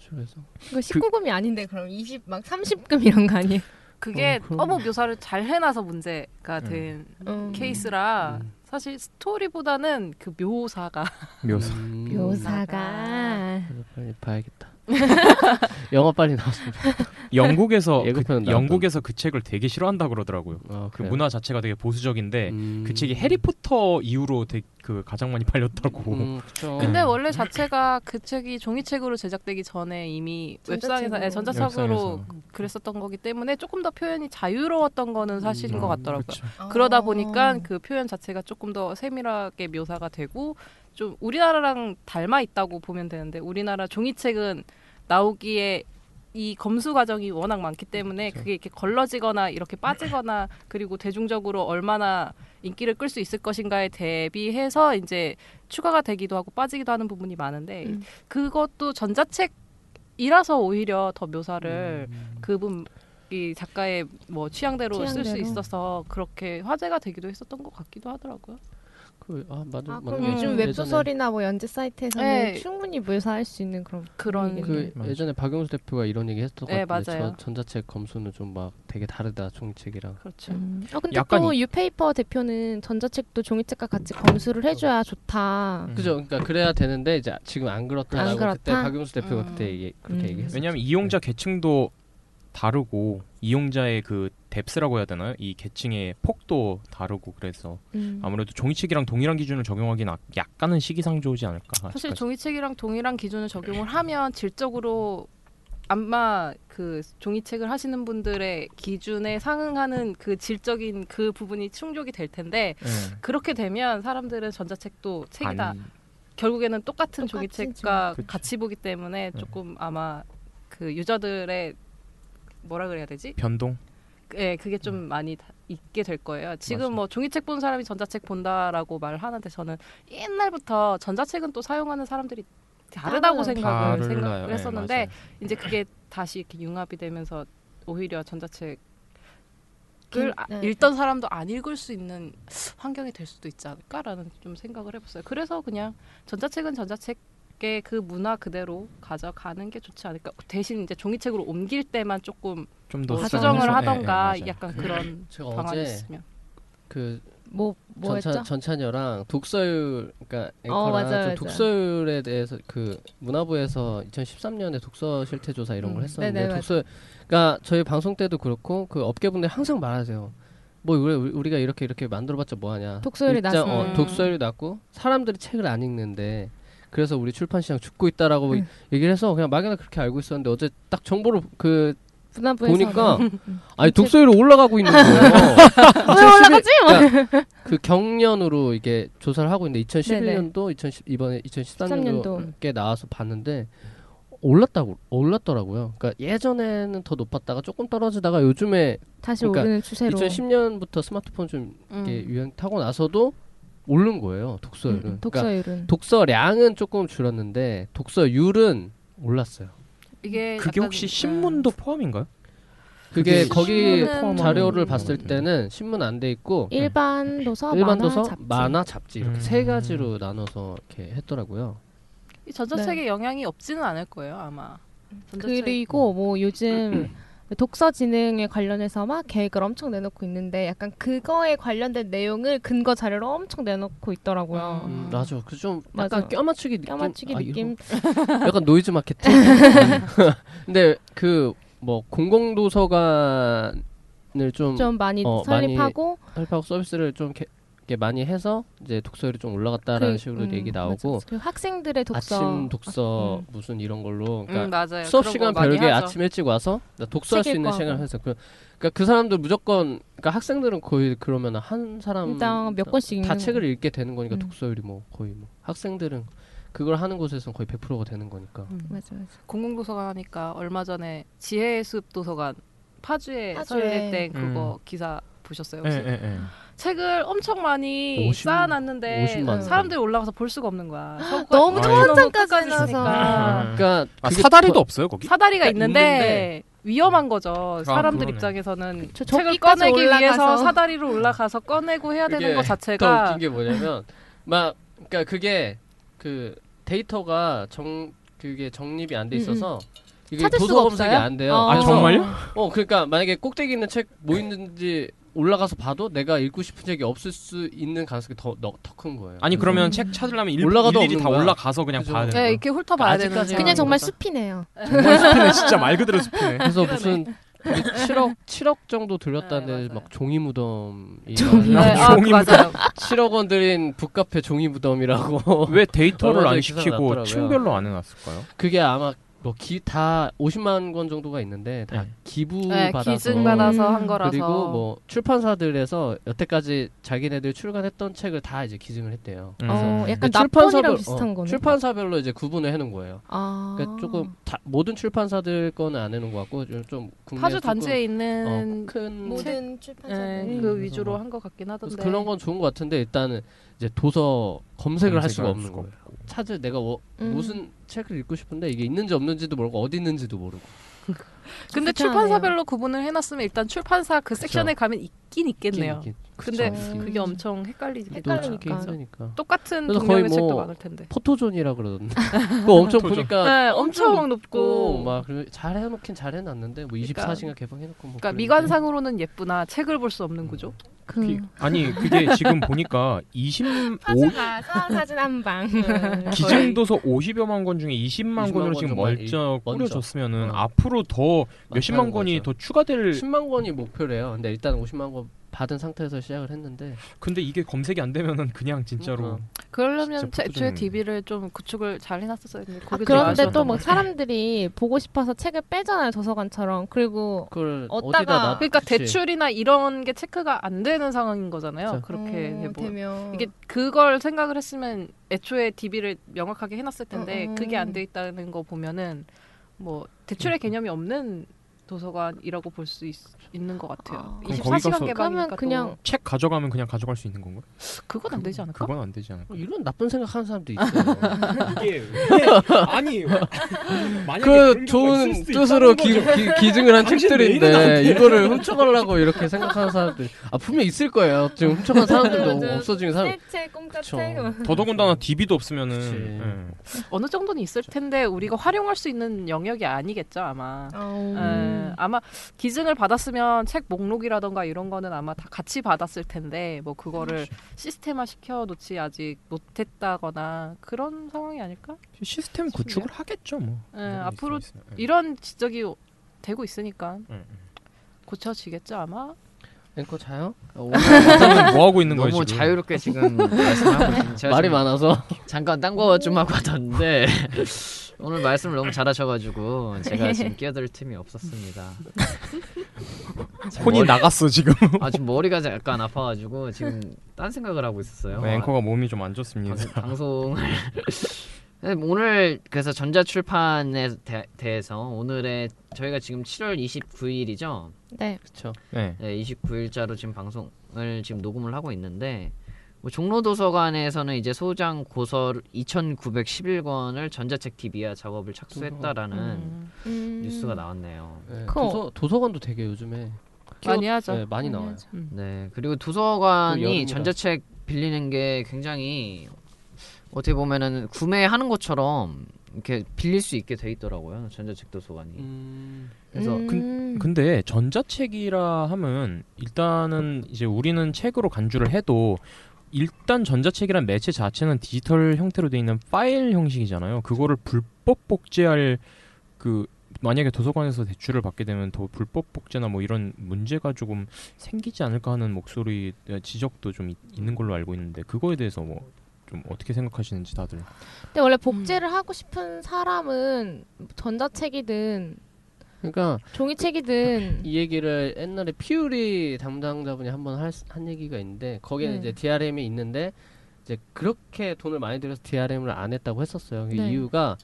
S3: 식으로 해서
S4: 이거 19금이 아닌데 그럼 20 막 30금 이런 거 아니에요?
S6: 그게
S3: 어, 그럼-
S6: 어묵 묘사를 잘 해놔서 문제가 된
S4: 음.
S6: 케이스라
S3: 음.
S6: 사실 스토리보다는 그 묘사가
S7: 묘사.
S3: 음,
S4: 묘사가
S3: 그래서 빨리 봐야겠다. 영화 빨리 나왔으면 좋겠다.
S7: 영국에서
S3: 예고편은
S7: 그,
S3: 나왔던-
S7: 영국에서 그 책을 되게 싫어한다 그러더라고요.
S3: 아,
S7: 그
S3: 그래요?
S7: 문화 자체가 되게 보수적인데
S3: 음.
S7: 그 책이 해리포터 이후로 되게 그 가장 많이 팔렸다고.
S3: 음, 그쵸.
S6: 근데 원래 자체가 그 책이 종이책으로 제작되기 전에 이미 웹상에서 네, 전자책으로 그랬었던 거기 때문에 조금 더 표현이 자유로웠던 거는 사실인
S3: 음,
S6: 것 같더라고요.
S7: 그쵸.
S4: 아.
S6: 그러다 보니까 그 표현 자체가 조금 더 세밀하게 묘사가 되고 좀 우리나라랑 닮아 있다고 보면 되는데 우리나라 종이책은 나오기에 이 검수 과정이 워낙 많기 때문에 그게 이렇게 걸러지거나 이렇게 빠지거나 그리고 대중적으로 얼마나 인기를 끌 수 있을 것인가에 대비해서 이제 추가가 되기도 하고 빠지기도 하는 부분이 많은데
S4: 음.
S6: 그것도 전자책이라서 오히려 더 묘사를 그분 이 작가의 뭐 취향대로 쓸 수
S4: 취향대로.
S6: 있어서 그렇게 화제가 되기도 했었던 것 같기도 하더라고요.
S3: 그, 아, 맞아.
S4: 아,
S3: 맞네.
S4: 그럼 요즘
S3: 예전에
S4: 웹소설이나 뭐 연재 사이트에서는
S5: 네.
S4: 충분히 묘사할 수 있는 그런
S5: 그런
S6: 음,
S4: 분위기겠네요.
S3: 그
S2: 맞아.
S3: 예전에 박영수 대표가 이런 얘기 했던 것
S5: 네,
S3: 같은데
S5: 맞아요.
S3: 전- 전자책 검수는 좀 막 되게 다르다 종이책이랑
S5: 그렇죠.
S4: 음. 어, 근데
S2: 약간
S4: 또 유페이퍼 대표는 전자책도 종이책과 같이 검수를 해줘야 좋다.
S2: 음.
S3: 그죠 그러니까 그래야 되는데 이제 지금 안 그렇다라고
S4: 안 그렇다?
S3: 그때 박영수 대표가
S5: 음.
S3: 그때 얘기, 그렇게
S4: 음.
S3: 얘기했어요
S2: 왜냐면 이용자
S3: 네.
S2: 계층도 다르고 이용자의 그 뎁스라고 해야 되나요? 이 계층의 폭도 다르고 그래서
S4: 음.
S2: 아무래도 종이책이랑 동일한 기준을 적용하기는 아- 약간은 시기상조지 않을까.
S6: 사실
S2: 아직까지.
S6: 종이책이랑 동일한 기준을 적용을 하면 질적으로 아마 그 종이책을 하시는 분들의 기준에 상응하는 그 질적인 그 부분이 충족이 될 텐데
S2: 예.
S6: 그렇게 되면 사람들은 전자책도 책이다.
S2: 아니,
S6: 결국에는 똑같은 종이책과
S2: 그쵸.
S6: 같이 보기 때문에 조금 아마 그 유저들의 뭐라 그래야 되지?
S2: 변동.
S6: 예, 그게 좀 많이 다- 있게 될 거예요.
S2: 음.
S6: 지금
S2: 맞아요.
S6: 뭐 종이책 본 사람이 전자책 본다라고 말하는데 저는 옛날부터 전자책은 또 사용하는 사람들이 다르다고
S4: 따로
S6: 생각을
S2: 다르나요?
S6: 생각을
S2: 예,
S6: 했었는데
S2: 맞아요.
S6: 이제 그게 다시 이렇게 융합이 되면서 오히려 전자책을
S4: 긴-
S6: 아-
S4: 네.
S6: 읽던 사람도 안 읽을 수 있는 환경이 될 수도 있지 않을까라는 좀 생각을 해봤어요. 그래서 그냥 전자책은 전자책의 그 문화 그대로 가져가는 게 좋지 않을까. 대신 이제 종이책으로 옮길 때만 조금
S2: 좀더
S6: 뭐
S2: 네,
S6: 수정을 하던가 약간 그런
S3: 제가
S6: 방안이
S3: 어제
S6: 있으면.
S3: 그
S4: 뭐 뭐였죠?
S3: 전찬, 전찬여랑 독서율 그러니까
S4: 어, 맞아요,
S3: 앵커랑 좀
S4: 맞아요.
S3: 독서율에 대해서 그 문화부에서 2013년에 독서 실태 조사 이런 걸
S6: 음.
S3: 했었는데
S4: 네네, 맞아요.
S3: 독서 그러니까 저희 방송 때도 그렇고 그 업계분들 항상 말하세요. 뭐 우리, 우리가 이렇게 이렇게 만들어봤자 뭐하냐.
S4: 독서율이
S3: 일단,
S4: 낮은.
S3: 어,
S6: 음.
S3: 독서율이 낮고 사람들이 책을 안 읽는데 그래서 우리 출판 시장 죽고 있다라고
S4: 음.
S3: 얘기를 해서 그냥 막연히 그렇게 알고 있었는데 어제 딱 정보를 그
S4: 문화부에서 네.
S3: 보니까 아니 독서율이 올라가고 있는 거예요.
S4: 왜 올라가지? 뭐.
S3: 그 경련으로 이게 조사를 하고 있는데 2011년도 2010 이번에
S4: 13년도.
S3: 2013년도 꽤 나와서 봤는데 올랐다고 올랐더라고요. 그러니까 예전에는 더 높았다가 조금 떨어지다가 요즘에
S4: 다시
S3: 그러니까
S4: 오르는 추세로.
S3: 2010년부터 스마트폰 좀 이렇게
S6: 음.
S3: 유행 타고 나서도 오른 거예요. 독서율은.
S4: 음,
S3: 그러니까
S4: 독서율은.
S3: 독서량은 조금 줄었는데 독서율은 올랐어요.
S6: 이게
S2: 그게
S6: 약간,
S2: 혹시
S6: 음,
S2: 신문도 포함인가요?
S3: 그게
S2: 그게
S3: 거기
S4: 신문은
S3: 자료를
S4: 음.
S3: 봤을 때는 신문 안 돼 있고
S4: 일반 도서,
S3: 음. 일반
S4: 음. 만화,
S3: 도서,
S4: 잡지.
S3: 만화, 잡지 이렇게
S2: 음.
S3: 세 가지로 나눠서 이렇게 했더라고요.
S6: 이
S2: 네.
S6: 전자책에 영향이 없지는 않을 거예요 아마. 전자책
S4: 그리고 뭐 요즘
S3: 음.
S4: 독서 지능에 관련해서 막 계획을 엄청 내놓고 있는데 약간 그거에 관련된 내용을 근거 자료로 엄청 내놓고 있더라고요.
S6: 음.
S3: 음, 맞아. 그 좀
S4: 맞아.
S3: 약간 껴맞추기 느낌.
S4: 껴맞추기
S3: 아,
S4: 느낌.
S3: 이런- 약간 노이즈 마케팅. 음. 근데 그 뭐 공공 도서관을 좀,
S4: 좀 많이
S3: 어,
S4: 설립하고 그
S3: 헬파고 서비스를 좀 개- 이렇게 많이 해서 이제 독서율이 좀 올라갔다라는 식으로
S4: 음,
S3: 얘기
S4: 맞아,
S3: 나오고
S4: 맞아. 그리고 학생들의 독서
S3: 아침 독서
S4: 아, 음.
S3: 무슨 이런 걸로 그러니까
S6: 음, 맞아요.
S3: 수업
S6: 그런
S3: 시간
S6: 거 많이
S3: 별개
S6: 하죠.
S3: 아침 일찍 와서 나 독서할 수
S4: 책
S3: 있는
S4: 읽고
S3: 시간을
S4: 하고.
S3: 해서 그 그러니까 그 사람들 무조건 그러니까 학생들은 거의 그러면 한 사람
S4: 일단 몇 권씩
S3: 다
S4: 읽는
S3: 책을 읽게 되는 거니까
S4: 음.
S3: 독서율이 뭐 거의 뭐 학생들은 그걸 하는 곳에서는 거의 100%가 되는 거니까
S4: 거.
S2: 음.
S4: 맞아 맞아.
S6: 음. 공공도서관 하니까 얼마 전에 지혜의 숲 도서관 파주에
S4: 파주에.
S6: 설립된 그거 기사 보셨어요 네, 혹시?
S2: 음. 예, 예.
S6: 책을 엄청 많이
S3: 50
S4: 네,
S6: 쌓아놨는데
S4: 어,
S3: 50만
S6: 사람들이 올라가서 볼 수가 없는 거야.
S4: 너무
S2: 아예.
S4: 천장까지
S6: 너무
S4: 나서
S2: 아,
S3: 그러니까
S2: 아,
S3: 그게
S2: 사다리도
S6: 뭐
S3: 더-
S2: 없어요 거기?
S6: 사다리가
S3: 네,
S2: 그러니까
S6: 있는데,
S2: 있는데
S6: 위험한
S3: 아,
S6: 거죠. 사람들
S2: 그러네.
S6: 입장에서는
S4: 저-
S6: 책을
S4: 저기까지
S6: 꺼내기 위해서
S4: 올라가서.
S6: 사다리로 올라가서 꺼내고 해야 되는
S3: 그게
S6: 것
S3: 더
S6: 자체가
S3: 웃긴 게 뭐냐면 막 그러니까 그게 그 데이터가 정 그게 정립이 안 돼
S4: 음,
S3: 있어서 이게
S4: 찾을
S3: 도서
S4: 수가
S3: 검색이
S4: 없어요?
S3: 안 돼요.
S4: 어.
S2: 아
S3: 그래서-
S2: 정말요?
S3: 어 그러니까 만약에 꼭대기 있는 책 뭐 있는지 올라가서 봐도 내가 읽고 싶은 책이 없을 수 있는 가능성이 더더큰 거예요.
S4: 음.
S2: 아니 그러면 책 찾으려면 일,
S3: 올라가도
S2: 일일이
S3: 없는
S2: 다
S3: 거야.
S2: 올라가서 그냥
S3: 그죠.
S2: 봐야 되는
S6: 음. 네,
S2: 거예요.
S6: 이렇게 훑어봐야 되는
S3: 아직까지는
S6: 상황인
S4: 그냥 정말
S6: 거죠.
S4: 숲이네요.
S2: 정말 숲이네 진짜 말 그대로 숲이네.
S3: 그래서 무슨 7억 7억 정도
S6: 네,
S3: 들렸다는데
S6: 맞아요.
S3: 막 종이 무덤이
S4: 종이
S6: 네, 아, 그
S2: 종이
S6: 맞아요.
S3: 7억 원 들인 북카페 종이 무덤이라고
S2: 왜 데이터를
S3: 얼마 전에
S2: 안
S3: 기사가
S2: 시키고
S3: 났더라고요.
S2: 층별로 안
S6: 어,
S2: 해놨을까요?
S3: 그게 아마 뭐 기 다 50만 권 정도가 있는데 다
S2: 네.
S3: 기부
S6: 네,
S3: 받아서
S6: 기증 받아서 한
S4: 음.
S6: 거라서
S3: 그리고 뭐 출판사들에서 여태까지 자기네들 출간했던 책을 다 이제 기증을 했대요.
S4: 어, 약간
S3: 근데
S4: 납본이랑 비슷한
S3: 어,
S4: 거네.
S3: 출판사별로 이제 구분을 해놓은 거예요.
S4: 아.
S3: 그러니까 조금 다, 모든 출판사들 거는 안 해놓은 것 같고 좀- 좀 국내 어,
S6: 파주 단지에 있는
S3: 큰뭐
S4: 모든 출판사들.
S6: 예,
S3: 그래서
S6: 그 위주로
S3: 뭐
S6: 한 것 같긴
S3: 그래서
S6: 하던데
S3: 그런 건 좋은 것 같은데 일단은 이제 도서 검색을 할 수가
S2: 할
S3: 없는
S2: 수가
S3: 거예요. 찾을 내가 뭐-
S4: 음.
S3: 무슨 책을 읽고 싶은데 이게 있는지 없는지도 모르고 어디 있는지도 모르고
S6: 근데
S4: 불편하네요.
S6: 출판사별로 구분을 해놨으면 일단 출판사 그 섹션에 가면 있긴 있겠네요.
S3: 이게-
S6: 근데
S3: 그쵸, 이게
S6: 그게 엄청 헷갈리지.
S3: 또
S4: 헷갈리니까.
S3: 찾기
S6: 음.
S3: 힘드니까.
S6: 똑같은
S3: 그래서
S6: 동명의
S3: 거의 뭐-
S6: 책도 많을 텐데.
S3: 포토존이라 그러던데. 그거 엄청
S2: 포토존.
S3: 보니까
S6: 네, 음.
S3: 높고
S6: 엄청 높고.
S3: 막 그리고 잘 해놓긴 잘 해놨는데 뭐 24시간 개방해놓고 뭐.
S6: 그러니까
S3: 그랬는데.
S6: 미관상으로는 예쁘나 책을 볼 수 없는 구조.
S4: 그
S2: 그-
S6: 음.
S2: 아니 그게 지금 보니까 25
S4: 화자가 사진 한 방.
S2: 기증도서 50여만 권 중에 20만
S3: 20만
S2: 권으로
S3: 권
S2: 지금
S3: 정말
S2: 멀쩡
S3: 먼저.
S2: 꾸려졌으면은
S3: 어.
S2: 앞으로 더 몇십만
S3: 많다는
S2: 권이
S3: 거죠.
S2: 더 추가될
S3: 10만 권이 목표래요. 근데 일단 50만 권 받은 상태에서 시작을 했는데
S2: 근데 이게 검색이 안 되면은 그냥 진짜로
S3: 그러니까.
S6: 그러려면
S2: 진짜
S6: 애초에
S2: 포토존이네.
S6: DB를 좀 구축을 잘 해놨었어야 했는데 뭐
S4: 아,
S6: 그게 좀
S4: 그런데
S6: 아쉬웠던
S4: 또 막
S6: 것 같아요.
S4: 사람들이 보고 싶어서 책을 빼잖아요 도서관처럼. 그리고
S3: 그걸
S4: 어디다가-
S3: 어디다 놔?
S6: 그러니까
S3: 그치.
S6: 대출이나 이런 게 체크가 안 되는 상황인 거잖아요.
S3: 그쵸.
S6: 그렇게
S4: 어,
S6: 되면
S4: 되면
S6: 이게 그걸 생각을 했으면 애초에 DB를 명확하게 해놨을 텐데
S4: 어, 어.
S6: 그게 안 돼 있다는 거 보면은 뭐
S2: 그러니까.
S6: 대출의 개념이 없는 도서관이라고 볼 수 있는 것 같아요.
S4: 아.
S2: 그럼 거기
S6: 24시간
S2: 가서-
S4: 그러면
S6: 개방이니까
S4: 그냥
S2: 책 가져가면 그냥 가져갈 수 있는 건가?
S6: 또 그건 안 되지 않을까?
S2: 그건 안 되지 않을까?
S3: 어, 이런 나쁜 생각하는 사람도 있어요.
S2: 이게 아니 만약에
S3: 그 좋은 뜻으로 기, 기, 기증을 한 책들인데 이거를 훔쳐가려고 이렇게 생각하는 사람들 아 분명 있을 거예요. 지금 훔쳐간 사람들도
S4: 맞아.
S3: 없어진 사람.
S4: 그 셀책
S3: 그쵸.
S4: 꼼짝책. 뭐.
S2: 더더군다나 DB도 없으면은
S3: 음. 그치.
S2: 예.
S6: 어느 정도는 있을 텐데 우리가 활용할 수 있는 영역이 아니겠죠 아마.
S2: 음.
S6: 에, 예, 아마 기증을 받았으면 책 목록이라던가 이런 거는 아마 다 같이 받았을 텐데 뭐 그거를
S2: 그렇죠.
S6: 시스템화 시켜 놓지 아직 못했다거나 그런 상황이 아닐까?
S2: 시스템 구축을 하겠죠 뭐.
S6: 예,
S2: 이런 게
S6: 앞으로
S2: 있으면 있어요. 예.
S6: 이런 지적이 되고 있으니까
S2: 예, 예.
S6: 고쳐지겠죠 아마.
S3: 앵커 네, 자요? 어, 오,
S2: 사람들은 뭐 하고 있는 거예요
S1: 너무
S2: 지금?
S1: 자유롭게 지금 말씀하고 있는 제가
S3: 말이
S1: 지금
S3: 많아서
S1: 잠깐 딴 거 좀 하고 왔는데 오늘 말씀을 너무 잘하셔가지고 제가 지금 끼어들 틈이 없었습니다. 지금
S2: 혼이
S1: 머리-
S2: 나갔어 지금.
S1: 아 지금 머리가 약간 아파가지고 지금 딴 생각을 하고 있었어요. 아,
S2: 네, 앵커가 몸이 좀 안 좋습니다.
S3: 아,
S1: 방- 방송을 네, 오늘 그래서 전자출판에 대, 대해서 오늘의 저희가 지금 7월 29일이죠.
S4: 네.
S3: 그렇죠.
S2: 네.
S1: 네, 29일자로 지금 방송을 지금 녹음을 하고 있는데 뭐 종로도서관에서는 이제 소장 고서 2,911권을 전자책 DB와 작업을 착수했다라는
S6: 음.
S4: 음.
S1: 뉴스가 나왔네요.
S3: 네,
S4: 그거-
S3: 도서 도서관도 되게 요즘에
S6: 많이 하죠.
S3: 네, 많이 나와요.
S1: 네, 그리고
S3: 그 여름이라.
S1: 도서관이 전자책 빌리는 게 굉장히 어떻게 보면은 구매하는 것처럼 이렇게 빌릴 수 있게 돼 있더라고요. 전자책 도서관이.
S3: 음,
S1: 그래서
S4: 근,
S2: 근데 전자책이라 하면 일단은 이제 우리는 책으로 간주를 해도 일단 전자책이란 매체 자체는 디지털 형태로 돼 있는 파일 형식이잖아요. 그거를 불법 복제할 그 만약에 도서관에서 대출을 받게 되면 더 불법 복제나 뭐 이런 문제가 조금 생기지 않을까 하는 목소리 지적도 좀 있, 있는 걸로 알고 있는데 그거에 대해서 뭐 좀 어떻게 생각하시는지 다들
S4: 근데 원래 복제를 하고 싶은 사람은 전자책이든
S3: 그러니까
S4: 종이책이든
S3: 이 얘기를 옛날에 피우리 담당자분이 한번 할 수- 한 얘기가 있는데 거기에
S4: 네.
S6: 음.
S3: 이제 DRM이 있는데 이제 그렇게 돈을 많이 들여서 DRM을 안 했다고 했었어요. 그
S4: 네.
S3: 이유가